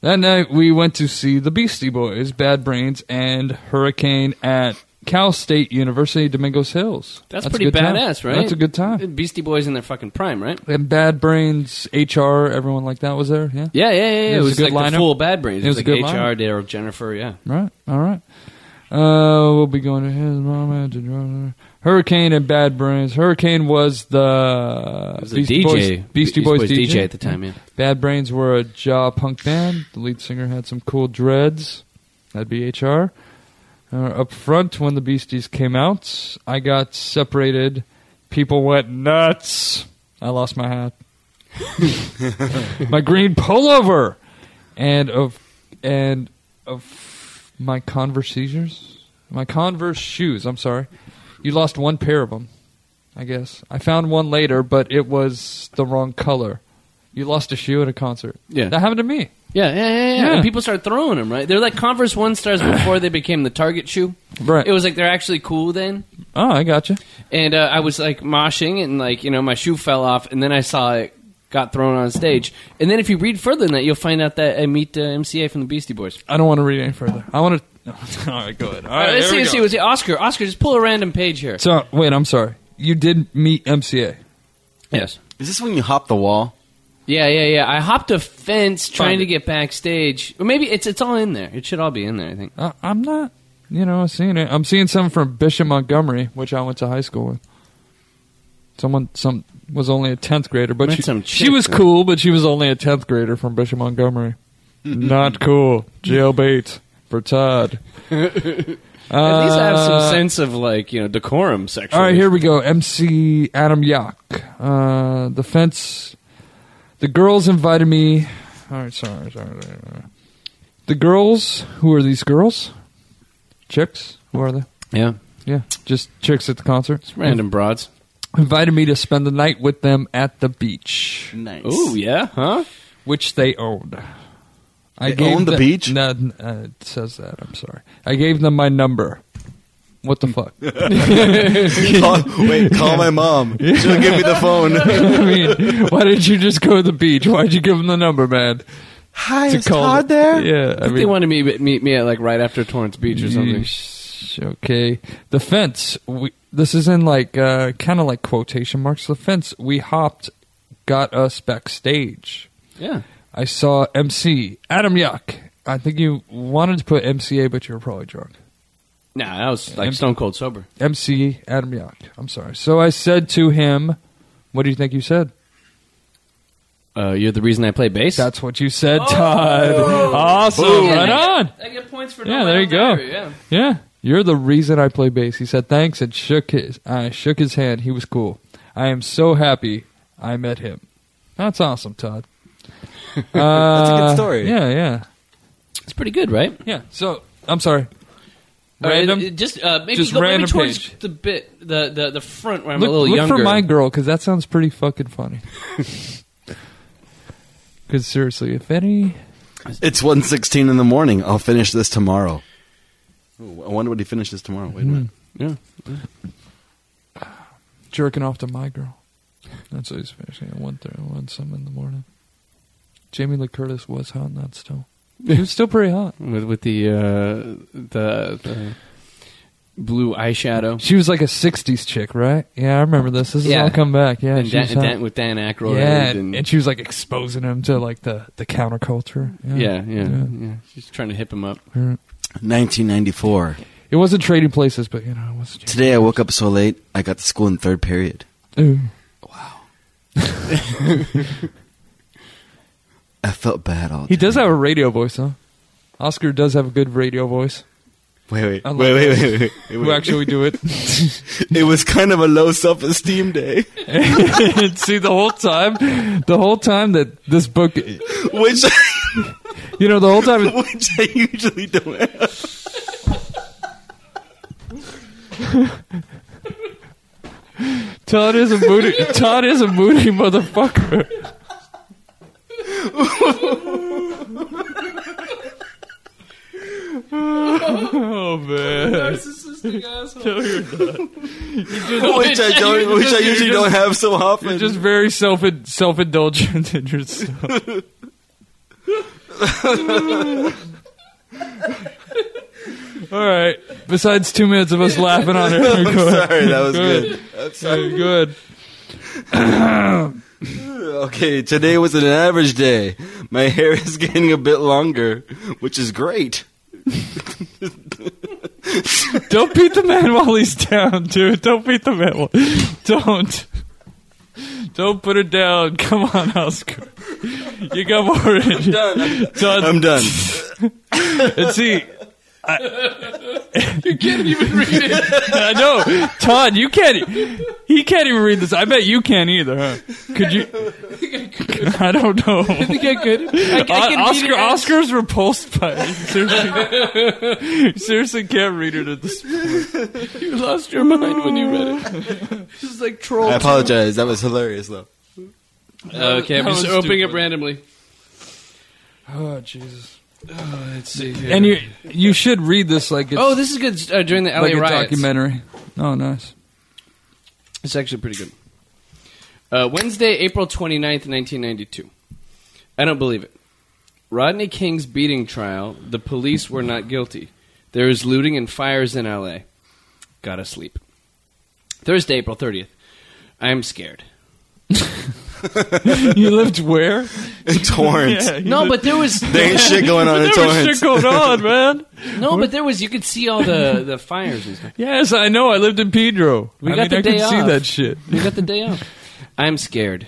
[SPEAKER 3] That night, we went to see the Beastie Boys, Bad Brains, and Hurricane at Cal State University, Domingos Hills.
[SPEAKER 1] That's,
[SPEAKER 3] a
[SPEAKER 1] pretty
[SPEAKER 3] good time.
[SPEAKER 1] badass, right?
[SPEAKER 3] That's a good time.
[SPEAKER 1] Beastie Boys in their fucking prime, right?
[SPEAKER 3] And Bad Brains, HR, everyone like that was there, yeah?
[SPEAKER 1] Yeah, yeah, yeah. It, was, a good like
[SPEAKER 3] lineup.
[SPEAKER 1] the full Bad Brains.
[SPEAKER 3] It was a
[SPEAKER 1] like
[SPEAKER 3] good
[SPEAKER 1] HR,
[SPEAKER 3] lineup.
[SPEAKER 1] Daryl, Jennifer. Yeah,
[SPEAKER 3] Right, all right. Uh, we'll be going to his mama. to drum- Hurricane and Bad Brains. Hurricane was the
[SPEAKER 1] It was
[SPEAKER 3] Beastie
[SPEAKER 1] a DJ,
[SPEAKER 3] Boys, Beastie Boys, DJ.
[SPEAKER 1] at the time. Yeah,
[SPEAKER 3] Bad Brains were a jaw punk band. The lead singer had some cool dreads. That'd be HR. Uh, up front, when the Beasties came out, I got separated. People went nuts. I lost my hat, my green pullover, and of and of my Converse shoes. My Converse shoes. I'm sorry, you lost one pair of them. I guess I found one later, but it was the wrong color. You lost a shoe at a concert.
[SPEAKER 1] yeah,
[SPEAKER 3] That happened to me.
[SPEAKER 1] yeah, yeah. yeah, yeah.
[SPEAKER 3] Yeah.
[SPEAKER 1] And people start throwing them. Right? They're like Converse One
[SPEAKER 3] <sighs>
[SPEAKER 1] Stars before they became the Target shoe.
[SPEAKER 3] Right.
[SPEAKER 1] It was like they're actually cool then.
[SPEAKER 3] oh, I got you.
[SPEAKER 1] And uh, I was like moshing, and like you know, my shoe fell off, and then I saw it got thrown on stage. And then if you read further than that, you'll find out that I meet uh, MCA from the Beastie Boys.
[SPEAKER 3] I don't want to read any further. I want to. <laughs> All right, go ahead. All
[SPEAKER 1] All right,
[SPEAKER 3] right,
[SPEAKER 1] let's
[SPEAKER 3] here
[SPEAKER 1] see.
[SPEAKER 3] we
[SPEAKER 1] Let's see.
[SPEAKER 3] go.
[SPEAKER 1] Was it Oscar? Oscar, just pull a random page here.
[SPEAKER 3] So wait, I'm sorry. You did meet MCA.
[SPEAKER 1] Yes.
[SPEAKER 4] Is this when you hop the wall?
[SPEAKER 1] Yeah, yeah, yeah. I hopped a fence trying
[SPEAKER 3] Find
[SPEAKER 1] to
[SPEAKER 3] it.
[SPEAKER 1] get backstage. Or maybe it's it's all in there. It should all be in there. I think.
[SPEAKER 3] Uh, I'm not. You know, seeing it. I'm seeing some from Bishop Montgomery, which I went to high school with. Someone, some was only a tenth grader, but
[SPEAKER 1] Met
[SPEAKER 3] she,
[SPEAKER 1] some
[SPEAKER 3] she
[SPEAKER 1] chick,
[SPEAKER 3] was
[SPEAKER 1] huh?
[SPEAKER 3] cool, but she was only a tenth grader from Bishop
[SPEAKER 1] <laughs>
[SPEAKER 3] Montgomery. not cool. Jailbait for Todd.
[SPEAKER 1] <laughs> At least I have some
[SPEAKER 3] Uh,
[SPEAKER 1] sense of like you know decorum. Sexually.
[SPEAKER 3] All right, here we go. MC Adam Yak. Uh, the fence. The girls invited me. All right, sorry, sorry, sorry, sorry. The girls. Who are these girls? Chicks. Who are they?
[SPEAKER 1] Yeah,
[SPEAKER 3] Yeah, just chicks at the concert.
[SPEAKER 1] it's random broads.
[SPEAKER 3] Invited me to spend the night with them at the beach,
[SPEAKER 4] Nice.
[SPEAKER 1] Ooh, yeah, huh?
[SPEAKER 3] which they owned. I
[SPEAKER 4] They owned the
[SPEAKER 3] them-
[SPEAKER 4] beach?
[SPEAKER 3] No, n- uh, it says that. I'm sorry. I gave them my number. What
[SPEAKER 4] <laughs>
[SPEAKER 3] the fuck? <laughs>
[SPEAKER 4] Call- wait, call my mom. She'll give me the phone.
[SPEAKER 3] <laughs> I mean, why didn't you just go to the beach? Why'd you give them the number, man?
[SPEAKER 4] Hi,
[SPEAKER 3] To
[SPEAKER 4] is
[SPEAKER 3] call
[SPEAKER 4] Todd
[SPEAKER 3] the-
[SPEAKER 4] there?
[SPEAKER 3] Yeah,
[SPEAKER 1] I think they wanted me meet me at like right after Torrance Beach or something.
[SPEAKER 3] yeesh, Okay, the fence. We this is in like uh, kind of like quotation marks. The fence. We hopped, got us backstage.
[SPEAKER 1] Yeah,
[SPEAKER 3] I saw MC Adam Yuck. I think you wanted to put MCA, but you were probably drunk.
[SPEAKER 1] nah, I was like
[SPEAKER 3] And-
[SPEAKER 1] stone cold sober.
[SPEAKER 3] MC Adam Yuck. I'm sorry. So I said to him, "What do you think you said?"
[SPEAKER 1] Uh, you're the reason I play bass. Oh!
[SPEAKER 3] That's what you
[SPEAKER 4] Oh!
[SPEAKER 3] said, Todd. Awesome.
[SPEAKER 1] Boom.
[SPEAKER 3] Right on.
[SPEAKER 1] I get points for
[SPEAKER 3] Yeah, no there you go. diary,
[SPEAKER 1] Yeah.
[SPEAKER 3] Yeah, you're the reason I play bass. He said thanks and shook his. I shook his hand. He was cool. I am so happy I met him. That's awesome, Todd.
[SPEAKER 4] That's a
[SPEAKER 3] Uh,
[SPEAKER 4] good story.
[SPEAKER 3] Yeah, yeah,
[SPEAKER 1] It's pretty good, right?
[SPEAKER 3] yeah. So I'm sorry.
[SPEAKER 1] All right,
[SPEAKER 3] Random.
[SPEAKER 1] uh, just uh, maybe
[SPEAKER 3] Just
[SPEAKER 1] go maybe
[SPEAKER 3] random
[SPEAKER 1] towards
[SPEAKER 3] page.
[SPEAKER 1] the bit the, the the front where I'm
[SPEAKER 3] look
[SPEAKER 1] a little
[SPEAKER 3] look
[SPEAKER 1] younger.
[SPEAKER 3] for my girl because that sounds pretty fucking funny. Because seriously, if any,
[SPEAKER 4] It's 1.16 in the morning. I'll finish this tomorrow. Ooh, I wonder what he finishes tomorrow. Wait a minute.
[SPEAKER 1] yeah.
[SPEAKER 3] jerking off to my girl. That's what he's finishing at one thirty, one some in the morning. Jamie Lee Curtis was hot in that still. He was still pretty hot.
[SPEAKER 1] with with the uh, the, the blue eyeshadow
[SPEAKER 3] She was like a '60s chick, right? Yeah, I remember this. This is
[SPEAKER 1] Yeah.
[SPEAKER 3] all come back. Yeah,
[SPEAKER 1] and
[SPEAKER 3] she
[SPEAKER 1] Dan,
[SPEAKER 3] was hot.
[SPEAKER 1] Dan, with Dan Aykroyd.
[SPEAKER 3] yeah, and,
[SPEAKER 1] and,
[SPEAKER 3] and she was like exposing him to like the the counterculture.
[SPEAKER 1] yeah, yeah, yeah,
[SPEAKER 3] Yeah.
[SPEAKER 1] She's trying to hip him up.
[SPEAKER 3] yeah.
[SPEAKER 4] 1994.
[SPEAKER 3] It wasn't trading places, but you know, it was.
[SPEAKER 4] Today I woke up so late, I got to school in third period.
[SPEAKER 3] Ooh.
[SPEAKER 4] I felt bad all
[SPEAKER 3] He
[SPEAKER 4] day.
[SPEAKER 3] does have a radio voice, huh? Oscar does have a good radio voice.
[SPEAKER 4] Wait, wait,
[SPEAKER 3] I
[SPEAKER 4] wait, wait,
[SPEAKER 3] like
[SPEAKER 4] wait, wait, wait, wait.
[SPEAKER 3] Who actually
[SPEAKER 1] <laughs>
[SPEAKER 3] do it? <laughs>
[SPEAKER 4] It was kind of a low self-esteem
[SPEAKER 3] <laughs>
[SPEAKER 4] day,
[SPEAKER 3] And see, the whole time, the whole time that this book, you
[SPEAKER 4] which,
[SPEAKER 3] know, the whole time.
[SPEAKER 4] <laughs>
[SPEAKER 3] it-
[SPEAKER 4] which I usually don't
[SPEAKER 3] <laughs>
[SPEAKER 4] have.
[SPEAKER 3] Todd is a moody. Todd is a moody motherfucker. oh man!
[SPEAKER 1] Narcissistic asshole.
[SPEAKER 4] Which I don't, which I
[SPEAKER 3] just- you
[SPEAKER 4] usually
[SPEAKER 3] just-
[SPEAKER 4] don't have so often.
[SPEAKER 3] Just very self self indulgent in yourself. All right. Besides two minutes of us laughing on it,
[SPEAKER 4] <laughs> <laughs> I'm sorry, that was
[SPEAKER 3] Good.
[SPEAKER 4] good. I'm sorry.
[SPEAKER 3] Good. good.
[SPEAKER 4] Okay, today was an average day. My <laughs> hair is getting a bit longer, which is great.
[SPEAKER 3] Don't beat the man while he's down, dude. Don't beat the man. While- Don't. Don't put it down. Come on, Oscar. You got more in you.
[SPEAKER 2] Done.
[SPEAKER 3] Done.
[SPEAKER 4] I'm
[SPEAKER 3] <laughs>
[SPEAKER 4] done.
[SPEAKER 3] And see,
[SPEAKER 1] can't even read it.
[SPEAKER 3] I know, Todd. You can't. e-, He can't even read this. I bet you can't either. Huh? Could you? I don't know.
[SPEAKER 1] I could. I, I can read
[SPEAKER 3] O- Oscar,
[SPEAKER 1] it.
[SPEAKER 3] Oscar's repulsed by it. Seriously, seriously <laughs> can't read it at this.
[SPEAKER 1] You lost your mind when you read it.
[SPEAKER 3] <laughs>
[SPEAKER 1] This is like troll.
[SPEAKER 4] I apologize. That was hilarious, though. <laughs>
[SPEAKER 1] Okay, I'm
[SPEAKER 3] That
[SPEAKER 1] just
[SPEAKER 3] was
[SPEAKER 1] opening
[SPEAKER 3] stupid.
[SPEAKER 1] up randomly.
[SPEAKER 3] Oh Jesus!
[SPEAKER 1] Oh, let's see here.
[SPEAKER 3] And you you should read this like it's
[SPEAKER 1] oh, this is good uh, during the LA
[SPEAKER 3] like a
[SPEAKER 1] riots.
[SPEAKER 3] documentary. Oh, nice. <laughs>
[SPEAKER 1] It's actually pretty good. Uh, Wednesday, April 29th, 1992. I don't believe it. Rodney King's beating trial, the police were not guilty. There is looting and fires in LA. Gotta sleep. Thursday, April 30th. I am scared.
[SPEAKER 3] You lived where?
[SPEAKER 4] In Torrance.
[SPEAKER 3] Yeah, you
[SPEAKER 1] No,
[SPEAKER 3] lived-
[SPEAKER 1] but there
[SPEAKER 3] <laughs>
[SPEAKER 1] was <laughs>
[SPEAKER 4] There ain't shit going on in
[SPEAKER 3] there was shit
[SPEAKER 4] Torrance.
[SPEAKER 3] going on, man.
[SPEAKER 1] no, but there was. You could see all the the fires and stuff.
[SPEAKER 3] Yes, I know. I lived in Pedro.
[SPEAKER 1] We
[SPEAKER 3] I
[SPEAKER 1] got
[SPEAKER 3] mean,
[SPEAKER 1] the
[SPEAKER 3] I
[SPEAKER 1] day
[SPEAKER 3] could see
[SPEAKER 1] off.
[SPEAKER 3] that shit.
[SPEAKER 1] You got the day off. <laughs> I'm scared.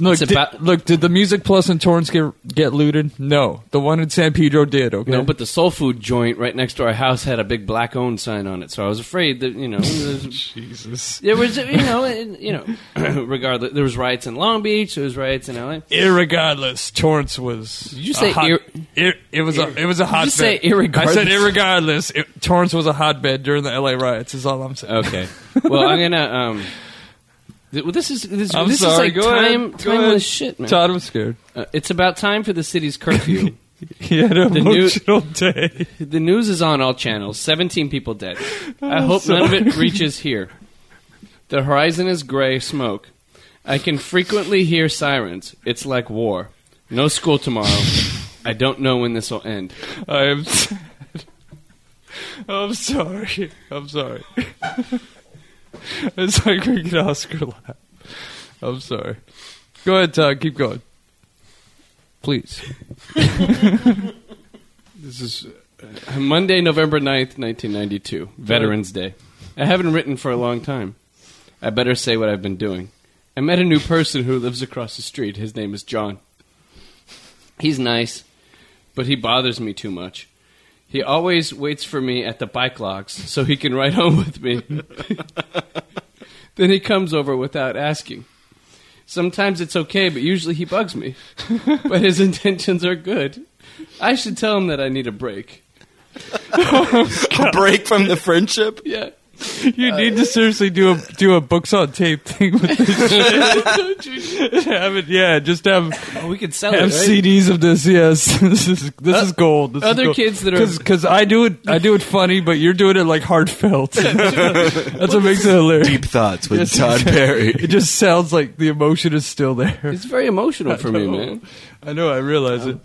[SPEAKER 3] Look,
[SPEAKER 1] It's
[SPEAKER 3] did,
[SPEAKER 1] about-
[SPEAKER 3] look. Did the music plus in Torrance get get looted? No, the one in San Pedro did. Okay,
[SPEAKER 1] No, but the soul food joint right next to our house had a big black owned sign on it, so I was afraid that you know there's-
[SPEAKER 3] Jesus,
[SPEAKER 1] there was you know and, you know <clears throat> regardless there was riots in Long Beach, there was riots in L.A.
[SPEAKER 3] irregardless, Torrance was. Did
[SPEAKER 1] you say ir-
[SPEAKER 3] ir- it was a it was a hotbed?
[SPEAKER 1] you say
[SPEAKER 3] I said
[SPEAKER 1] irregardless?
[SPEAKER 3] irregardless. It, Torrance was a hotbed during the L.A. riots. Is all I'm saying.
[SPEAKER 1] Okay, <laughs> well I'm gonna um. th- Well, this is this,
[SPEAKER 3] I'm
[SPEAKER 1] this
[SPEAKER 3] sorry.
[SPEAKER 1] is like
[SPEAKER 3] Go ahead.
[SPEAKER 1] time
[SPEAKER 3] Go
[SPEAKER 1] timeless
[SPEAKER 3] ahead.
[SPEAKER 1] shit, Oh, man.
[SPEAKER 3] Todd was scared.
[SPEAKER 1] Uh, it's about time for the city's curfew.
[SPEAKER 3] <laughs> He had an
[SPEAKER 1] The new-
[SPEAKER 3] <laughs> emotional day.
[SPEAKER 1] The news is on all channels. 17 people dead. I hope none of it reaches here. The horizon is gray smoke. I can frequently hear sirens. It's like war. No school tomorrow. I don't know when this will end.
[SPEAKER 3] I am. <laughs> Sad. I'm sorry. I'm sorry. <laughs> it's like we get Oscar <laughs> laugh. I'm sorry. Go ahead, Todd. Keep going. Please.
[SPEAKER 1] This is uh, <laughs> Monday, November 9th, 1992, Veterans Day. I haven't written for a long time. I better say what I've been doing. I met a new person who lives across the street. His name is John. He's nice, but he bothers me too much. He always waits for me at the bike locks so he can ride <laughs> home with me. then he comes over without asking. Sometimes it's okay, but usually he bugs me. <laughs> but his intentions are good. I should tell him that I need a break.
[SPEAKER 4] A break from the friendship.
[SPEAKER 1] Yeah.
[SPEAKER 3] <laughs> You need to seriously do a do a books on tape thing with this. <laughs> have it, yeah, just have
[SPEAKER 1] Oh, we could sell
[SPEAKER 3] <laughs> have CDs of this. Yes, <laughs> this is this is gold. This
[SPEAKER 1] Uh, other kids that are-
[SPEAKER 3] because I do it I do it funny, but you're doing it like heartfelt. <laughs> That's what makes it hilarious.
[SPEAKER 4] Deep thoughts with
[SPEAKER 3] Yes.
[SPEAKER 4] Todd Perry.
[SPEAKER 3] <laughs>
[SPEAKER 4] <laughs>
[SPEAKER 3] It just sounds like the emotion is still there.
[SPEAKER 1] It's very emotional for me, man.
[SPEAKER 3] <laughs> I know, I realize it.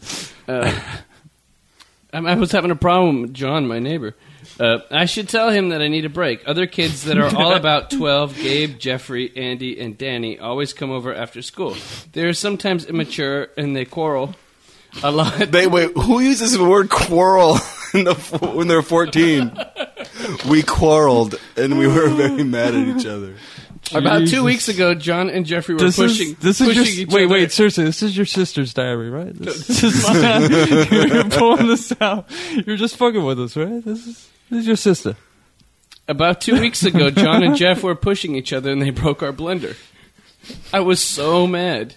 [SPEAKER 1] Um, I was having a problem with John, my neighbor. Uh, I should tell him that I need a break. Other kids that are
[SPEAKER 3] <laughs>
[SPEAKER 1] all about 12, Gabe, Jeffrey, Andy, and Danny, always come over after school. They are sometimes immature and they quarrel a
[SPEAKER 3] <laughs>
[SPEAKER 1] lot.
[SPEAKER 4] They wait. Who uses the word quarrel <laughs> in the, when they're fourteen? We quarreled and we were very mad at each other.
[SPEAKER 1] About
[SPEAKER 3] Jesus.
[SPEAKER 1] two weeks ago, John and Jeffrey were
[SPEAKER 3] This
[SPEAKER 1] pushing,
[SPEAKER 3] is this is
[SPEAKER 1] pushing
[SPEAKER 3] just-
[SPEAKER 1] each
[SPEAKER 3] wait,
[SPEAKER 1] other.
[SPEAKER 3] wait, seriously, this is your sister's
[SPEAKER 1] <laughs>
[SPEAKER 3] diary, right? This, this is <laughs> you're pulling this out. You're just fucking with us, right? This is this is your sister.
[SPEAKER 1] About two weeks ago, John and Jeff were pushing each other and they broke our blender. I was so mad.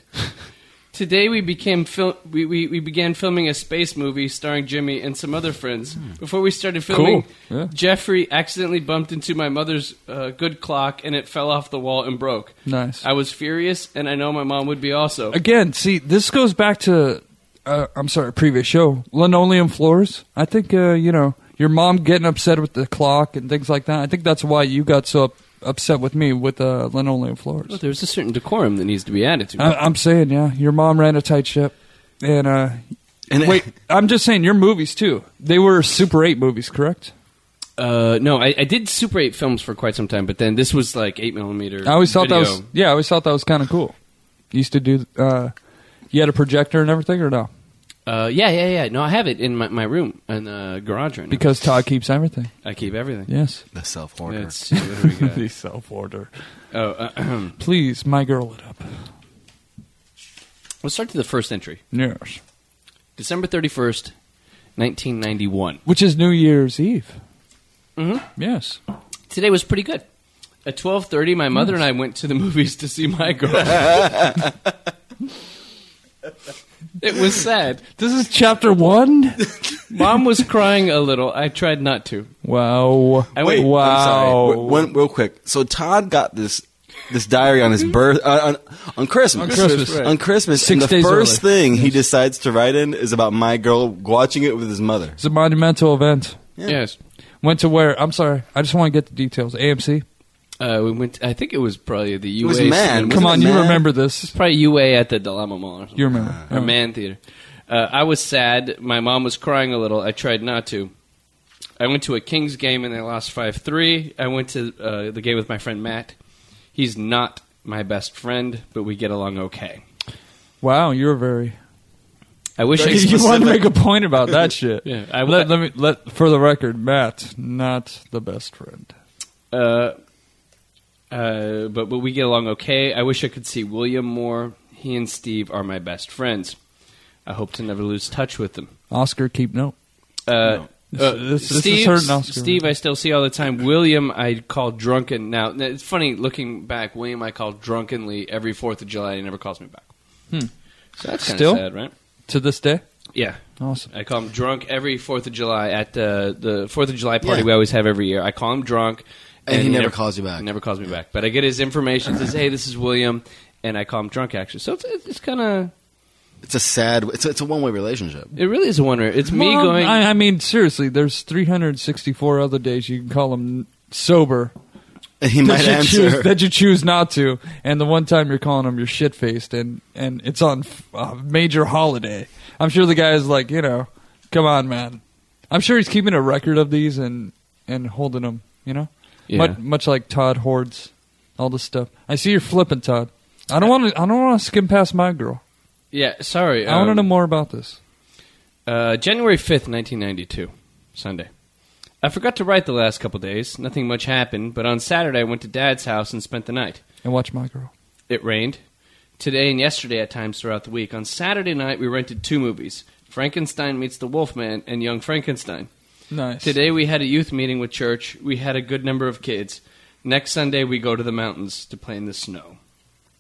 [SPEAKER 1] Today we became fil- we, we, we began filming a space movie starring Jimmy and some other friends. Before we started filming,
[SPEAKER 3] Cool. Yeah.
[SPEAKER 1] Jeffrey accidentally bumped into my mother's uh, good clock and it fell off the wall and broke.
[SPEAKER 3] Nice.
[SPEAKER 1] I was furious and I know my mom would be also.
[SPEAKER 3] Again, see, this goes back to uh, I'm sorry, previous show linoleum floors. I think uh, you know your mom getting upset with the clock and things like that. I think that's why you got so up, upset with me with uh, linoleum floors.
[SPEAKER 1] Well, there's a certain decorum that needs to be added to it.
[SPEAKER 3] I, I'm saying, yeah, your mom ran a tight ship, and uh,
[SPEAKER 1] <laughs>
[SPEAKER 4] And
[SPEAKER 3] wait, I'm just saying your movies too. They were Super Eight movies, correct?
[SPEAKER 1] Uh, no, I, I did Super 8 films for quite some time, but then this was like 8 millimeter.
[SPEAKER 3] I always thought that
[SPEAKER 1] video.
[SPEAKER 3] was yeah. I always thought that was kind of cool. You used to do. Uh, you had a projector and everything, or no?
[SPEAKER 1] Uh, yeah, yeah, yeah. No, I have it in my, my room in the garage right now.
[SPEAKER 3] Because Todd keeps everything.
[SPEAKER 1] I keep everything.
[SPEAKER 3] Yes.
[SPEAKER 4] <laughs> The self
[SPEAKER 1] Let's see what do we got.
[SPEAKER 3] The self order.
[SPEAKER 1] oh, uh, <clears throat>
[SPEAKER 3] Please, my girl it up.
[SPEAKER 1] let's start to the first entry.
[SPEAKER 3] Yes.
[SPEAKER 1] December thirty first, nineteen ninety one.
[SPEAKER 3] Which is New Year's Eve.
[SPEAKER 1] Mhm.
[SPEAKER 3] Yes.
[SPEAKER 1] Today was pretty good. At twelve thirty, my mother and I went to the <laughs> movies to see my
[SPEAKER 4] <laughs>
[SPEAKER 1] girl. it was sad.
[SPEAKER 3] This is chapter one?
[SPEAKER 1] Mom was crying a little. I tried not to.
[SPEAKER 3] wow.
[SPEAKER 1] I went-
[SPEAKER 3] wow.
[SPEAKER 4] Wait, One real quick. So Todd got this this diary on his birth uh, on on Christmas.
[SPEAKER 3] On Christmas, right.
[SPEAKER 4] On Christmas,
[SPEAKER 3] Six
[SPEAKER 4] and the
[SPEAKER 3] days
[SPEAKER 4] first
[SPEAKER 3] early.
[SPEAKER 4] thing he decides to write in is about my girl watching it with his mother.
[SPEAKER 3] It's a monumental event.
[SPEAKER 4] Yeah.
[SPEAKER 1] Yes.
[SPEAKER 3] Went to where? I'm sorry. I just want to get the details. AMC.
[SPEAKER 1] Uh, we went. I think it was probably the UA.
[SPEAKER 4] was man.
[SPEAKER 1] cinema.
[SPEAKER 3] Come
[SPEAKER 4] Wasn't
[SPEAKER 3] on,
[SPEAKER 4] it
[SPEAKER 3] you
[SPEAKER 4] mad?
[SPEAKER 3] remember this.
[SPEAKER 1] probably UA at the Delamo Mall. Or something.
[SPEAKER 3] You remember. Oh.
[SPEAKER 1] or Man Theater. Uh, I was sad. My mom was crying a little. I tried not to. I went to a Kings game and they lost 5 3. I went to uh, the game with my friend Matt. He's not my best friend, but we get along okay.
[SPEAKER 3] Wow,
[SPEAKER 1] <laughs>
[SPEAKER 3] you're very.
[SPEAKER 1] I wish I
[SPEAKER 4] Very
[SPEAKER 3] You want to
[SPEAKER 4] specific.
[SPEAKER 3] make a point about that shit.
[SPEAKER 1] <laughs> Yeah, I-
[SPEAKER 3] let, let me let for the record, Matt, not the best friend.
[SPEAKER 1] uh, uh, but but we get along okay. I wish I could see William more. He and Steve are my best friends. I hope to never lose touch with them.
[SPEAKER 3] Oscar, keep note.
[SPEAKER 1] Uh,
[SPEAKER 3] No.
[SPEAKER 1] uh,
[SPEAKER 3] This- this is
[SPEAKER 1] Steve,
[SPEAKER 3] certain Oscar.
[SPEAKER 1] Steve, I still see all the time. William, I call drunken. Now now, it's funny looking back. William, I call drunkenly every Fourth of July. He never calls me back.
[SPEAKER 3] Hmm.
[SPEAKER 1] So that's kind
[SPEAKER 3] Still?
[SPEAKER 1] of sad, right?
[SPEAKER 3] To this day,
[SPEAKER 1] Yeah,
[SPEAKER 3] awesome.
[SPEAKER 1] I call him drunk every Fourth of July at the the Fourth of July party
[SPEAKER 4] Yeah.
[SPEAKER 1] we always have every year. I call him drunk,
[SPEAKER 4] And he never calls you back.
[SPEAKER 1] He never calls me back, but I get his information. Says, "Hey, this is William," and I call him drunk. Actually, so it's it's, it's kind of
[SPEAKER 4] It's a sad. It's a, it's a one way relationship. <laughs>
[SPEAKER 1] it really is a wonder. It's me
[SPEAKER 3] Well,
[SPEAKER 1] going.
[SPEAKER 3] I, I mean, seriously, there's 364 other days you can call him sober
[SPEAKER 4] And he might
[SPEAKER 3] that you, choose,
[SPEAKER 4] answer.
[SPEAKER 3] that you choose not to, and the one time you're calling him, you're shit faced, and and it's on f- a major holiday. I'm sure the guy is like, you know, come on, man. I'm sure he's keeping a record of these and and holding them. You know,
[SPEAKER 1] Yeah.
[SPEAKER 3] much much like Todd hoards all this stuff. I see you're flipping, Todd. I don't want to. I don't want to skim past my girl.
[SPEAKER 1] yeah, sorry.
[SPEAKER 3] I want to
[SPEAKER 1] um,
[SPEAKER 3] know more about this.
[SPEAKER 1] Uh, January 5th, 1992, Sunday. I forgot to write the last couple days. Nothing much happened, but on Saturday I went to Dad's house and spent the night.
[SPEAKER 3] And watch my girl.
[SPEAKER 1] It rained today and yesterday at times throughout the week. On Saturday night, we rented two movies Frankenstein Meets the Wolfman and Young Frankenstein.
[SPEAKER 3] Nice.
[SPEAKER 1] Today, we had a youth meeting with church. We had a good number of kids. Next Sunday, we go to the mountains to play in the snow.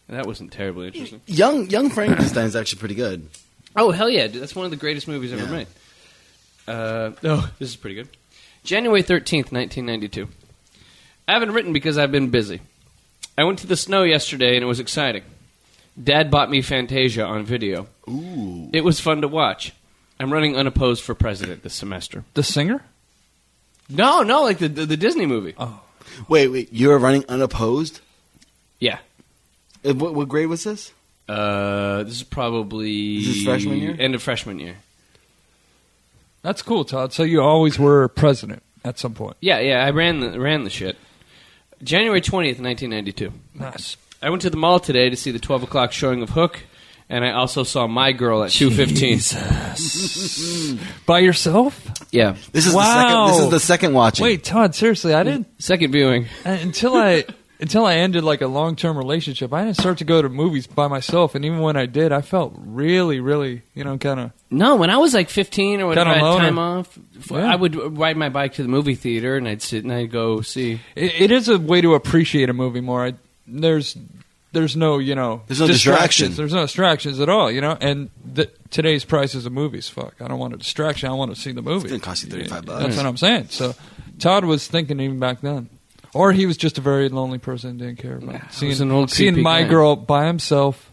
[SPEAKER 1] And that wasn't terribly interesting.
[SPEAKER 4] Young Young Frankenstein's actually pretty good.
[SPEAKER 1] Oh hell yeah, dude! That's one of the greatest movies ever
[SPEAKER 4] Yeah.
[SPEAKER 1] made. Uh, oh, this is pretty good. January thirteenth, nineteen ninety-two. I haven't written because I've been busy. I went to the snow yesterday and it was exciting. Dad bought me Fantasia on video.
[SPEAKER 4] Ooh.
[SPEAKER 1] It was fun to watch. I'm running unopposed for president this semester.
[SPEAKER 3] the singer.
[SPEAKER 1] No, no, like the the, the Disney movie.
[SPEAKER 4] Wait, wait. You were running unopposed.
[SPEAKER 1] Yeah.
[SPEAKER 4] Uh, What, what grade was this?
[SPEAKER 1] Uh, this is probably
[SPEAKER 4] Is this freshman year?
[SPEAKER 1] End of freshman year.
[SPEAKER 3] That's cool, Todd. So you always were president at some point.
[SPEAKER 1] Yeah, yeah. I ran the ran the shit. January twentieth, nineteen ninety-two.
[SPEAKER 3] Nice.
[SPEAKER 1] I went to the mall today to see the 12 o'clock showing of Hook, and I also saw My Girl at 2.15.
[SPEAKER 3] Jesus. By yourself?
[SPEAKER 1] Yeah.
[SPEAKER 4] This is
[SPEAKER 3] Wow.
[SPEAKER 4] the second. This is the second watching.
[SPEAKER 3] Wait, Todd. Seriously, I didn't
[SPEAKER 1] Second viewing.
[SPEAKER 3] uh, until I <laughs> until I ended like a long term relationship. I didn't start to go to movies by myself, and even when I did, I felt really, really, you know, kind of
[SPEAKER 1] No, when I was like 15 or whatever, I
[SPEAKER 3] Kinda
[SPEAKER 1] had
[SPEAKER 3] loner.
[SPEAKER 1] time off, f-
[SPEAKER 3] Yeah.
[SPEAKER 1] I would ride my bike to the movie theater, and I'd sit and I'd go see.
[SPEAKER 3] it, it is a way to appreciate a movie more. I, there's there's no you know
[SPEAKER 4] There's no distraction.
[SPEAKER 3] There's no distractions at all. You know, and th- today's prices of movies. Fuck, I don't want a distraction. I want to see the movie.
[SPEAKER 4] gonna cost you 35 bucks.
[SPEAKER 3] That's what I'm saying. So Todd was thinking even back then. Or he was just a very lonely person and didn't care about
[SPEAKER 1] Nah, I
[SPEAKER 3] it.
[SPEAKER 1] was
[SPEAKER 3] seeing
[SPEAKER 1] an old
[SPEAKER 3] seeing
[SPEAKER 1] creepy
[SPEAKER 3] my
[SPEAKER 1] guy.
[SPEAKER 3] girl by himself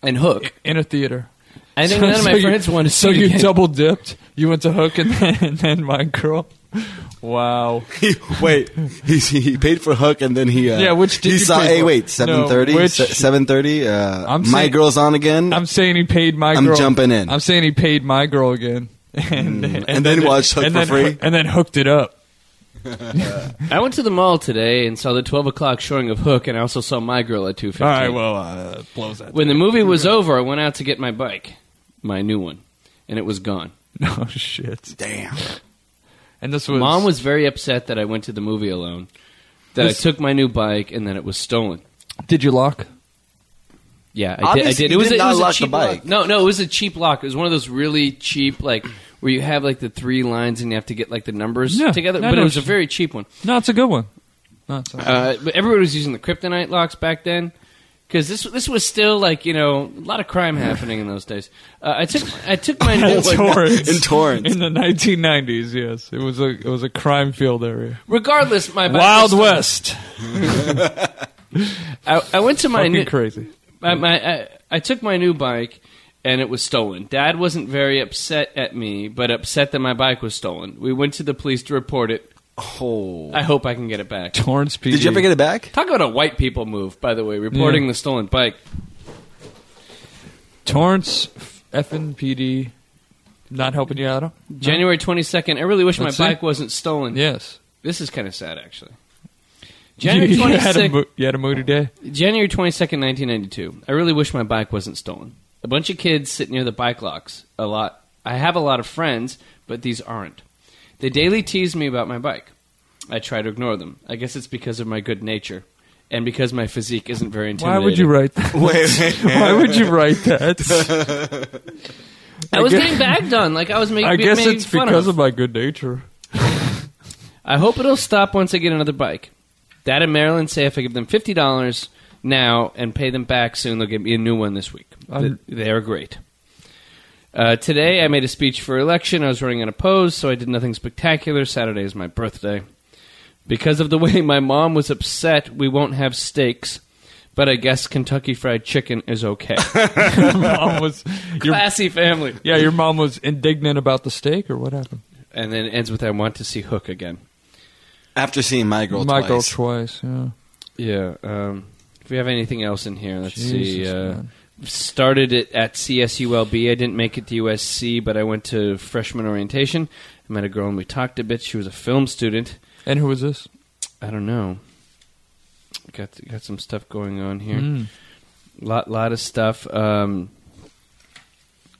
[SPEAKER 1] And Hook.
[SPEAKER 3] in a theater.
[SPEAKER 1] I think
[SPEAKER 3] So-
[SPEAKER 1] none of my
[SPEAKER 3] so you-
[SPEAKER 1] friends wanted to
[SPEAKER 3] So
[SPEAKER 1] see it
[SPEAKER 3] you
[SPEAKER 1] again.
[SPEAKER 3] double dipped. You went to Hook and then, <laughs> and then my girl. Wow.
[SPEAKER 4] He- wait, he, he paid for Hook, and then he uh,
[SPEAKER 3] Yeah, which did
[SPEAKER 4] he
[SPEAKER 3] you
[SPEAKER 4] saw?
[SPEAKER 3] pay
[SPEAKER 4] hey,
[SPEAKER 3] for?
[SPEAKER 4] wait, seven thirty,
[SPEAKER 3] No, which-
[SPEAKER 4] seven thirty. Uh,
[SPEAKER 3] I'm
[SPEAKER 4] my
[SPEAKER 3] saying-
[SPEAKER 4] girl's on again,
[SPEAKER 3] I'm saying he paid my
[SPEAKER 4] I'm
[SPEAKER 3] girl.
[SPEAKER 4] jumping in. Mm.
[SPEAKER 3] I'm saying he paid my girl again. <laughs> And, and,
[SPEAKER 4] then watched Hook
[SPEAKER 3] and
[SPEAKER 4] for
[SPEAKER 3] then,
[SPEAKER 4] free?
[SPEAKER 3] And then hooked it up.
[SPEAKER 1] I went to the mall today and saw the 12 o'clock showing of Hook, and I also saw My Girl at 2.15.
[SPEAKER 3] All right, well, uh, blows that.
[SPEAKER 1] When the movie was over, I went out to get my bike, my new one. and it was gone.
[SPEAKER 3] <laughs> No Oh, shit.
[SPEAKER 4] Damn.
[SPEAKER 3] And this was
[SPEAKER 1] Mom was very upset that I went to the movie alone, that
[SPEAKER 3] This-
[SPEAKER 1] I took my new bike, and that it was stolen.
[SPEAKER 3] Did you lock?
[SPEAKER 1] Yeah, I did. I
[SPEAKER 4] Obviously,
[SPEAKER 1] did. It
[SPEAKER 4] you
[SPEAKER 1] was,
[SPEAKER 4] did
[SPEAKER 1] it
[SPEAKER 4] not
[SPEAKER 1] was a
[SPEAKER 4] lock the
[SPEAKER 1] cheap
[SPEAKER 4] bike.
[SPEAKER 1] lock. No, no, it was a cheap lock. It was one of those really cheap, like where you have like the three lines and you have to get like the numbers
[SPEAKER 3] Yeah,
[SPEAKER 1] together.
[SPEAKER 3] I
[SPEAKER 1] But
[SPEAKER 3] know
[SPEAKER 1] it was a
[SPEAKER 3] what you-
[SPEAKER 1] very cheap one.
[SPEAKER 3] No, it's a good one. No, it's
[SPEAKER 4] <laughs>
[SPEAKER 3] not.
[SPEAKER 1] Uh, but everybody was using the kryptonite locks back then because this this was still like you know a lot of crime happening in those days. Uh, I took I took
[SPEAKER 4] <laughs>
[SPEAKER 1] my new
[SPEAKER 3] In <laughs> Torrance.
[SPEAKER 4] in Torrance.
[SPEAKER 3] in the 1990s. Yes, it was a it was a crime field area.
[SPEAKER 1] regardless my bike was
[SPEAKER 3] Wild
[SPEAKER 1] stolen.
[SPEAKER 3] West.
[SPEAKER 1] I, I went to my
[SPEAKER 3] Fucking
[SPEAKER 1] new
[SPEAKER 3] crazy.
[SPEAKER 1] my, my I, I took my new bike and it was stolen. Dad wasn't very upset at me, but upset that my bike was stolen. We went to the police to report it.
[SPEAKER 4] Oh.
[SPEAKER 1] I hope I can get it back. <laughs>
[SPEAKER 3] Torrance PD.
[SPEAKER 4] Did you ever get it back?
[SPEAKER 1] Talk about a white people move, by the way, reporting
[SPEAKER 3] Yeah.
[SPEAKER 1] the stolen bike.
[SPEAKER 3] Torrance effing PD? Not helping you out. huh?
[SPEAKER 1] January 22nd. I really wish
[SPEAKER 3] Let's see.
[SPEAKER 1] my bike wasn't stolen.
[SPEAKER 3] Yes.
[SPEAKER 1] This is kind of sad, actually. January
[SPEAKER 3] <laughs> you, you had a
[SPEAKER 1] 22nd,
[SPEAKER 3] mo- you had a moody day.
[SPEAKER 1] January 22nd, 1992. I really wish my bike wasn't stolen. A bunch of kids sit near the bike locks. A lot. I have a lot of friends, but these aren't. They daily tease me about my bike. I try to ignore them. I guess it's because of my good nature and because my physique isn't very
[SPEAKER 3] Why
[SPEAKER 1] intimidating.
[SPEAKER 3] would you write
[SPEAKER 1] <laughs>
[SPEAKER 3] that?
[SPEAKER 4] Wait.
[SPEAKER 3] <laughs> Why would you write that?
[SPEAKER 1] I was
[SPEAKER 3] I guess-
[SPEAKER 1] getting bagged on. Like I was making.
[SPEAKER 3] I guess
[SPEAKER 1] made
[SPEAKER 3] it's
[SPEAKER 1] fun
[SPEAKER 3] because
[SPEAKER 1] of.
[SPEAKER 3] of my good nature. <laughs>
[SPEAKER 1] I hope it'll stop once I get another bike. Dad and Marilyn say if I give them fifty dollars now and pay them back soon, they'll give me a new one this week.
[SPEAKER 3] I'm-
[SPEAKER 1] Th- they are great. Uh, today I made a speech for election. I was running unopposed, so I did nothing spectacular. Saturday is my birthday. Because of the <laughs> way my mom was upset, we won't have steaks, but I guess Kentucky Fried Chicken is okay.
[SPEAKER 3] Your mom was, <laughs> your,
[SPEAKER 1] Classy family.
[SPEAKER 3] yeah, your mom was indignant about the steak, or what happened?
[SPEAKER 1] And then it ends with I want to see Hook again.
[SPEAKER 4] After seeing my girl
[SPEAKER 3] my
[SPEAKER 4] twice.
[SPEAKER 3] girl twice. Yeah.
[SPEAKER 1] Yeah. Um, if we have anything else in here, let's see.
[SPEAKER 3] Jesus,
[SPEAKER 1] Uh,
[SPEAKER 3] man.
[SPEAKER 1] started it at CSULB. I didn't make it to USC, but I went to freshman orientation. I met a girl and we talked a bit. She was a film student.
[SPEAKER 3] And who was this?
[SPEAKER 1] I don't know. Got got some stuff going on here.
[SPEAKER 3] Mm.
[SPEAKER 1] Lot lot of stuff. Um, <laughs>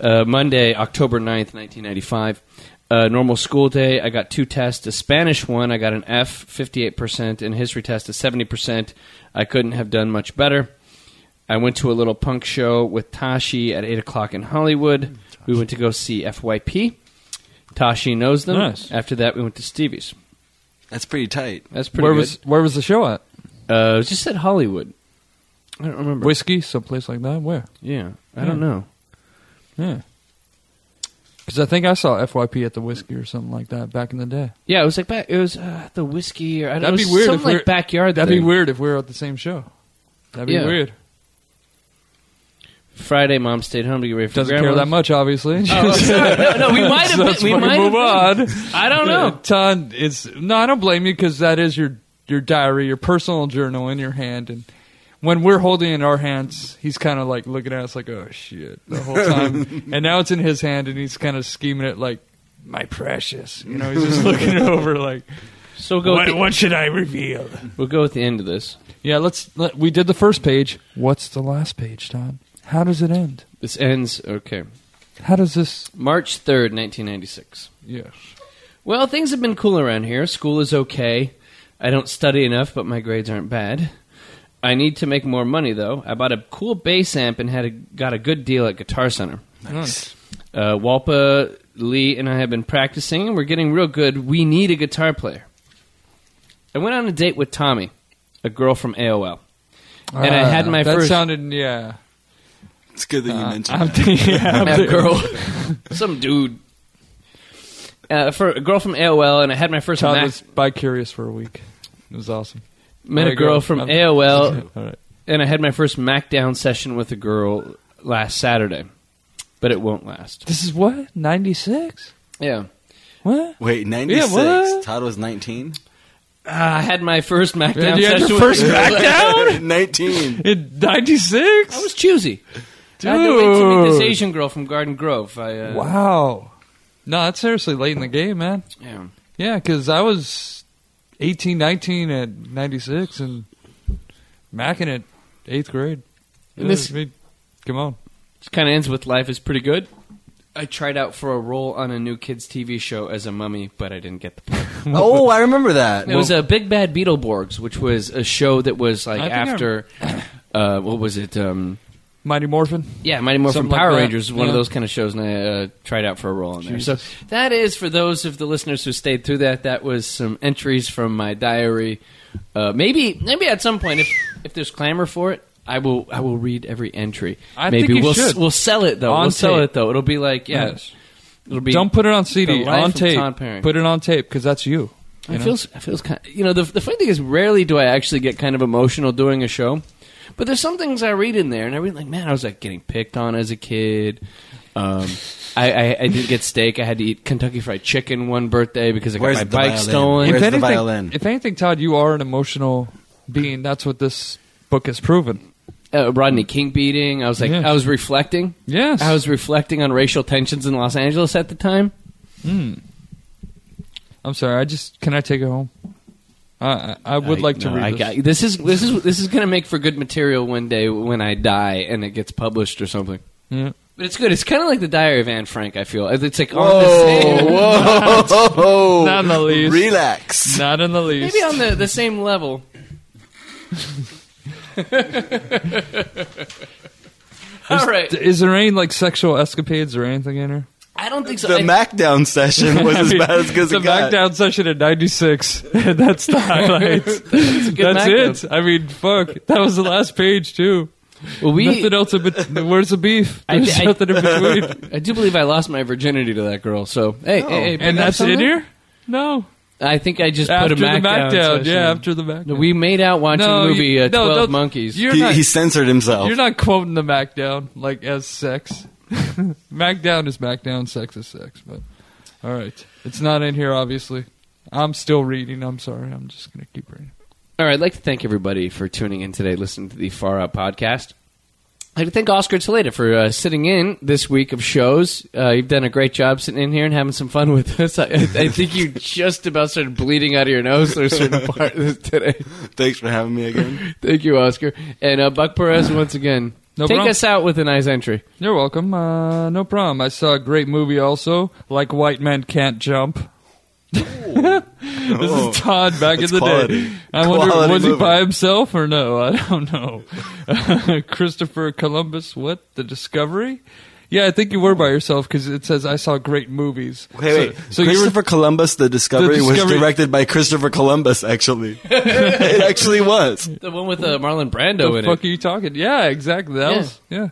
[SPEAKER 1] uh, Monday, October 9th, 1995. Uh, normal school day. I got two tests. A Spanish one, I got an F, 58%, and a history test, a 70%. I couldn't have done much better. I went to a little punk show with Tashi at 8 o'clock in
[SPEAKER 3] Mm,
[SPEAKER 1] Hollywood. We went to go see FYP. Tashi knows them.
[SPEAKER 3] Nice.
[SPEAKER 1] After that, we went to Stevie's.
[SPEAKER 4] That's pretty tight.
[SPEAKER 1] That's pretty
[SPEAKER 3] Where
[SPEAKER 1] good.
[SPEAKER 3] was where was the show at?
[SPEAKER 1] Uh, it was just at Hollywood. I don't remember.
[SPEAKER 3] Whiskey, someplace like that. Where?
[SPEAKER 1] yeah, I
[SPEAKER 3] Yeah.
[SPEAKER 1] don't know.
[SPEAKER 3] Yeah. Because I think I saw FYP at the whiskey or something like that back in the day.
[SPEAKER 1] Yeah, it was like back, it was uh, the whiskey or I don't know.
[SPEAKER 3] That'd
[SPEAKER 1] it
[SPEAKER 3] be
[SPEAKER 1] was
[SPEAKER 3] weird if
[SPEAKER 1] Something
[SPEAKER 3] we're-
[SPEAKER 1] like backyard.
[SPEAKER 3] That'd be
[SPEAKER 1] thing.
[SPEAKER 3] weird if we were at the same show. That'd be
[SPEAKER 1] Yeah.
[SPEAKER 3] weird.
[SPEAKER 1] Friday, mom stayed home to get ready for
[SPEAKER 3] Doesn't care
[SPEAKER 1] grandma's. <laughs>
[SPEAKER 3] that much, obviously.
[SPEAKER 1] Oh,
[SPEAKER 3] <laughs>
[SPEAKER 1] sorry. no, no, we might have.
[SPEAKER 3] Let's
[SPEAKER 1] been, we
[SPEAKER 3] fucking
[SPEAKER 1] might
[SPEAKER 3] move
[SPEAKER 1] have
[SPEAKER 3] on.
[SPEAKER 1] been. I don't know.
[SPEAKER 3] Ton, it's no, I don't blame you because that is your your diary, your personal journal in your hand, and when we're holding it in our hands, he's kind of like looking at us like, "Oh shit," the whole <laughs> time. and now it's in his hand, and he's kind of scheming it like, "My precious," you know. He's just looking <laughs> it over like,
[SPEAKER 1] So we'll go. With
[SPEAKER 3] what,
[SPEAKER 1] the,
[SPEAKER 3] "What should I reveal?"
[SPEAKER 1] We'll go with the end of this.
[SPEAKER 3] Yeah, let's. Let, we did the first page. What's the last page, Don? How does it end?
[SPEAKER 1] This ends okay.
[SPEAKER 3] How does this?
[SPEAKER 1] March third, nineteen ninety six.
[SPEAKER 3] Yes.
[SPEAKER 1] Well, things have been cool around here. School is okay. I don't study enough, but my grades aren't bad. I need to make more money though. I bought a cool bass amp and had a, got a good deal at Guitar Center.
[SPEAKER 3] Nice.
[SPEAKER 1] Uh, Walpa Lee and I have been practicing, and we're getting real good. We need a guitar player. I went on a date with Tommy, a girl from AOL. And I had my
[SPEAKER 3] that
[SPEAKER 1] first-
[SPEAKER 3] sounded yeah.
[SPEAKER 4] It's good that you
[SPEAKER 3] Uh,
[SPEAKER 4] mentioned
[SPEAKER 3] I'm
[SPEAKER 4] that.
[SPEAKER 3] thinking- yeah, I'm
[SPEAKER 1] That
[SPEAKER 3] thinking-
[SPEAKER 1] girl, <laughs> some dude, uh, for a girl from AOL, and I had my first
[SPEAKER 3] Todd
[SPEAKER 1] Mac.
[SPEAKER 3] was bi curious for a week. It was awesome.
[SPEAKER 1] met
[SPEAKER 3] Or
[SPEAKER 1] a girl from
[SPEAKER 3] I'm-
[SPEAKER 1] AOL,
[SPEAKER 3] <laughs> All right.
[SPEAKER 1] and I had my first Macdown session with a girl last Saturday, but it won't last.
[SPEAKER 3] This is what ninety six.
[SPEAKER 1] Yeah. <laughs>
[SPEAKER 3] What?
[SPEAKER 4] Wait, 96.
[SPEAKER 3] what?
[SPEAKER 4] Todd was
[SPEAKER 3] <laughs>
[SPEAKER 4] 19?
[SPEAKER 1] Uh, I had my first Macdown
[SPEAKER 3] you had
[SPEAKER 1] session
[SPEAKER 3] your
[SPEAKER 1] with
[SPEAKER 3] first
[SPEAKER 1] a girl.
[SPEAKER 4] <laughs>
[SPEAKER 3] Macdown <laughs>
[SPEAKER 4] 19.
[SPEAKER 3] in ninety
[SPEAKER 1] I
[SPEAKER 3] six.
[SPEAKER 1] was choosy. I had to wait to meet this
[SPEAKER 3] Dude.
[SPEAKER 1] Asian girl from Garden Grove. I, uh,
[SPEAKER 3] Wow. No, that's seriously late in the game, man.
[SPEAKER 1] Yeah.
[SPEAKER 3] Yeah, because I was 18, 19 at 96 and macking at eighth grade.
[SPEAKER 1] And this-
[SPEAKER 3] I mean, come on.
[SPEAKER 1] It kind of ends with life is pretty good. I tried out for a role on a new kids TV show as a mummy, but I didn't get the part.
[SPEAKER 4] oh, I remember that.
[SPEAKER 1] It
[SPEAKER 4] <laughs>
[SPEAKER 1] was a Big Bad Beetleborgs, which was a show that was like
[SPEAKER 3] I think I
[SPEAKER 1] after uh, what was it? Um,
[SPEAKER 3] Mighty Morphin.
[SPEAKER 1] yeah, Mighty Morphin
[SPEAKER 3] Something like
[SPEAKER 1] Power
[SPEAKER 3] that.
[SPEAKER 1] Rangers, one of
[SPEAKER 3] Yeah.
[SPEAKER 1] those kind of shows, and I uh, tried out for a role in there. So that is for those of the listeners who stayed through that. That was some entries from my diary. Uh, maybe, maybe at some point, if if there's clamor for it. I will. I will read every entry.
[SPEAKER 3] I
[SPEAKER 1] Maybe
[SPEAKER 3] think you
[SPEAKER 1] we'll
[SPEAKER 3] should.
[SPEAKER 1] we'll sell it though.
[SPEAKER 3] On
[SPEAKER 1] we'll sell
[SPEAKER 3] tape.
[SPEAKER 1] it though. It'll be like yeah.
[SPEAKER 3] Yes.
[SPEAKER 1] It'll be
[SPEAKER 3] Don't put it on
[SPEAKER 1] The
[SPEAKER 3] CD.
[SPEAKER 1] Life
[SPEAKER 3] On
[SPEAKER 1] of Todd
[SPEAKER 3] tape.
[SPEAKER 1] Perry.
[SPEAKER 3] Put it on tape because that's you. you
[SPEAKER 1] It
[SPEAKER 3] know?
[SPEAKER 1] feels it feels kind. you know, the the funny thing is, rarely do I actually get kind of emotional doing a show, but there's some things I read in there, and I read like, man, I was like getting picked on as a kid. Um, <laughs> I, I I didn't get steak. I had to eat Kentucky Fried Chicken one birthday because I got
[SPEAKER 4] Where's
[SPEAKER 1] my
[SPEAKER 4] the
[SPEAKER 1] bike
[SPEAKER 4] violin?
[SPEAKER 1] stolen.
[SPEAKER 3] if
[SPEAKER 4] Where's the
[SPEAKER 3] anything,
[SPEAKER 4] violin?
[SPEAKER 3] If anything, Todd, you are an emotional being. That's what this book has proven.
[SPEAKER 1] Uh, Rodney King beating. I was like,
[SPEAKER 3] Yes.
[SPEAKER 1] I was reflecting.
[SPEAKER 3] Yes.
[SPEAKER 1] I was reflecting on racial tensions in Los Angeles at the time.
[SPEAKER 3] I'm sorry. I just can I take it home? I I, I would
[SPEAKER 1] I-
[SPEAKER 3] like to
[SPEAKER 1] no,
[SPEAKER 3] read
[SPEAKER 1] I
[SPEAKER 3] this.
[SPEAKER 1] got- this is this is this is going to make for good material one day when I die and it gets published or something.
[SPEAKER 3] Yeah.
[SPEAKER 1] But it's good. It's kind of like the Diary of Anne Frank. I feel it's like on the same,
[SPEAKER 4] Oh, whoa,
[SPEAKER 3] <laughs> Not in the least.
[SPEAKER 4] Relax.
[SPEAKER 3] <laughs> Not in the least.
[SPEAKER 1] maybe on the, the same
[SPEAKER 3] <laughs>
[SPEAKER 1] level. All right,
[SPEAKER 3] Is there any like sexual escapades or anything
[SPEAKER 4] <laughs>
[SPEAKER 3] in her?
[SPEAKER 1] I don't think so.
[SPEAKER 4] The
[SPEAKER 1] I-
[SPEAKER 4] Macdown session was
[SPEAKER 3] <laughs>
[SPEAKER 4] as bad as good
[SPEAKER 3] the
[SPEAKER 4] it got.
[SPEAKER 3] Macdown session in '96. <laughs>
[SPEAKER 4] <laughs>
[SPEAKER 3] That's the highlights. That's,
[SPEAKER 1] good
[SPEAKER 3] it. I mean, fuck. That was the last page too.
[SPEAKER 1] well, we,
[SPEAKER 3] nothing else. In bet- where's the beef?
[SPEAKER 1] I-
[SPEAKER 3] There's
[SPEAKER 1] I-
[SPEAKER 3] nothing in
[SPEAKER 4] <laughs>
[SPEAKER 3] between.
[SPEAKER 1] I do believe I lost my virginity to that girl. So hey, hey, hey, bring
[SPEAKER 3] Oh. and
[SPEAKER 1] up
[SPEAKER 3] that's it
[SPEAKER 1] something?
[SPEAKER 3] here. No,
[SPEAKER 1] I think I just
[SPEAKER 3] after
[SPEAKER 1] put a Mac
[SPEAKER 3] the
[SPEAKER 1] down.
[SPEAKER 3] Macdown.
[SPEAKER 1] session.
[SPEAKER 3] Yeah, after the Macdown.
[SPEAKER 1] No, we made out watching
[SPEAKER 3] No,
[SPEAKER 1] the movie
[SPEAKER 3] you-
[SPEAKER 1] uh,
[SPEAKER 3] no,
[SPEAKER 1] Twelve
[SPEAKER 3] don't-
[SPEAKER 1] Monkeys.
[SPEAKER 3] You're
[SPEAKER 4] He,
[SPEAKER 3] not.
[SPEAKER 4] he censored himself.
[SPEAKER 3] You're not quoting the Macdown like
[SPEAKER 1] <laughs>
[SPEAKER 3] as sex. Macdown is Macdown. Sex is sex. But all right, it's not in here. Obviously, I'm still reading. I'm sorry. I'm just gonna keep reading.
[SPEAKER 1] All right, I'd like to thank everybody for tuning in today, listening to the Far Out podcast. I'd like to thank Oscar Toledo for uh, sitting in this week of shows. Uh, you've done a great job sitting in here and having some fun with us. <laughs> I, I think you just about started bleeding out of your nose for a
[SPEAKER 3] <laughs>
[SPEAKER 1] certain part today.
[SPEAKER 4] Thanks for having me again.
[SPEAKER 1] Thank you, Oscar. And uh, Buck Perez, once again,
[SPEAKER 3] No
[SPEAKER 1] take
[SPEAKER 3] problem.
[SPEAKER 1] us out with a nice entry.
[SPEAKER 3] You're welcome. Uh, no problem. I saw a great movie also, like White Men Can't Jump. <laughs> this
[SPEAKER 4] Oh.
[SPEAKER 3] is Todd back
[SPEAKER 4] That's
[SPEAKER 3] in the
[SPEAKER 4] quality.
[SPEAKER 3] day. I wonder
[SPEAKER 4] Quality
[SPEAKER 3] was he
[SPEAKER 4] movie.
[SPEAKER 3] by himself or no? I don't know. <laughs> Christopher Columbus, what the Discovery? Yeah, I think you were by yourself because it says I saw great movies.
[SPEAKER 4] Wait,
[SPEAKER 3] So-
[SPEAKER 4] wait.
[SPEAKER 3] So, you
[SPEAKER 4] Christopher Columbus, the discovery, was
[SPEAKER 3] Discovery-
[SPEAKER 4] directed by Christopher Columbus. Actually, <laughs> it actually was.
[SPEAKER 1] The one with uh, Marlon Brando
[SPEAKER 3] the
[SPEAKER 1] in
[SPEAKER 3] fuck
[SPEAKER 1] it.
[SPEAKER 3] are you talking? Yeah, exactly. That
[SPEAKER 1] Yeah.
[SPEAKER 3] was yeah.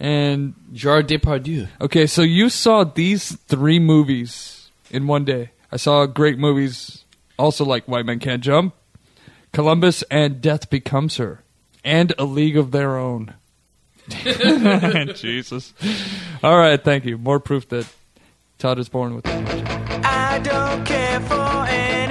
[SPEAKER 3] And
[SPEAKER 1] Gerard Depardieu.
[SPEAKER 3] Okay, so you saw these three movies in one day. I saw great movies, also like White Men Can't Jump, Columbus, and Death Becomes Her, and A League of Their Own. Jesus. All right, thank you. More proof that Todd is born with.
[SPEAKER 5] I don't care for it.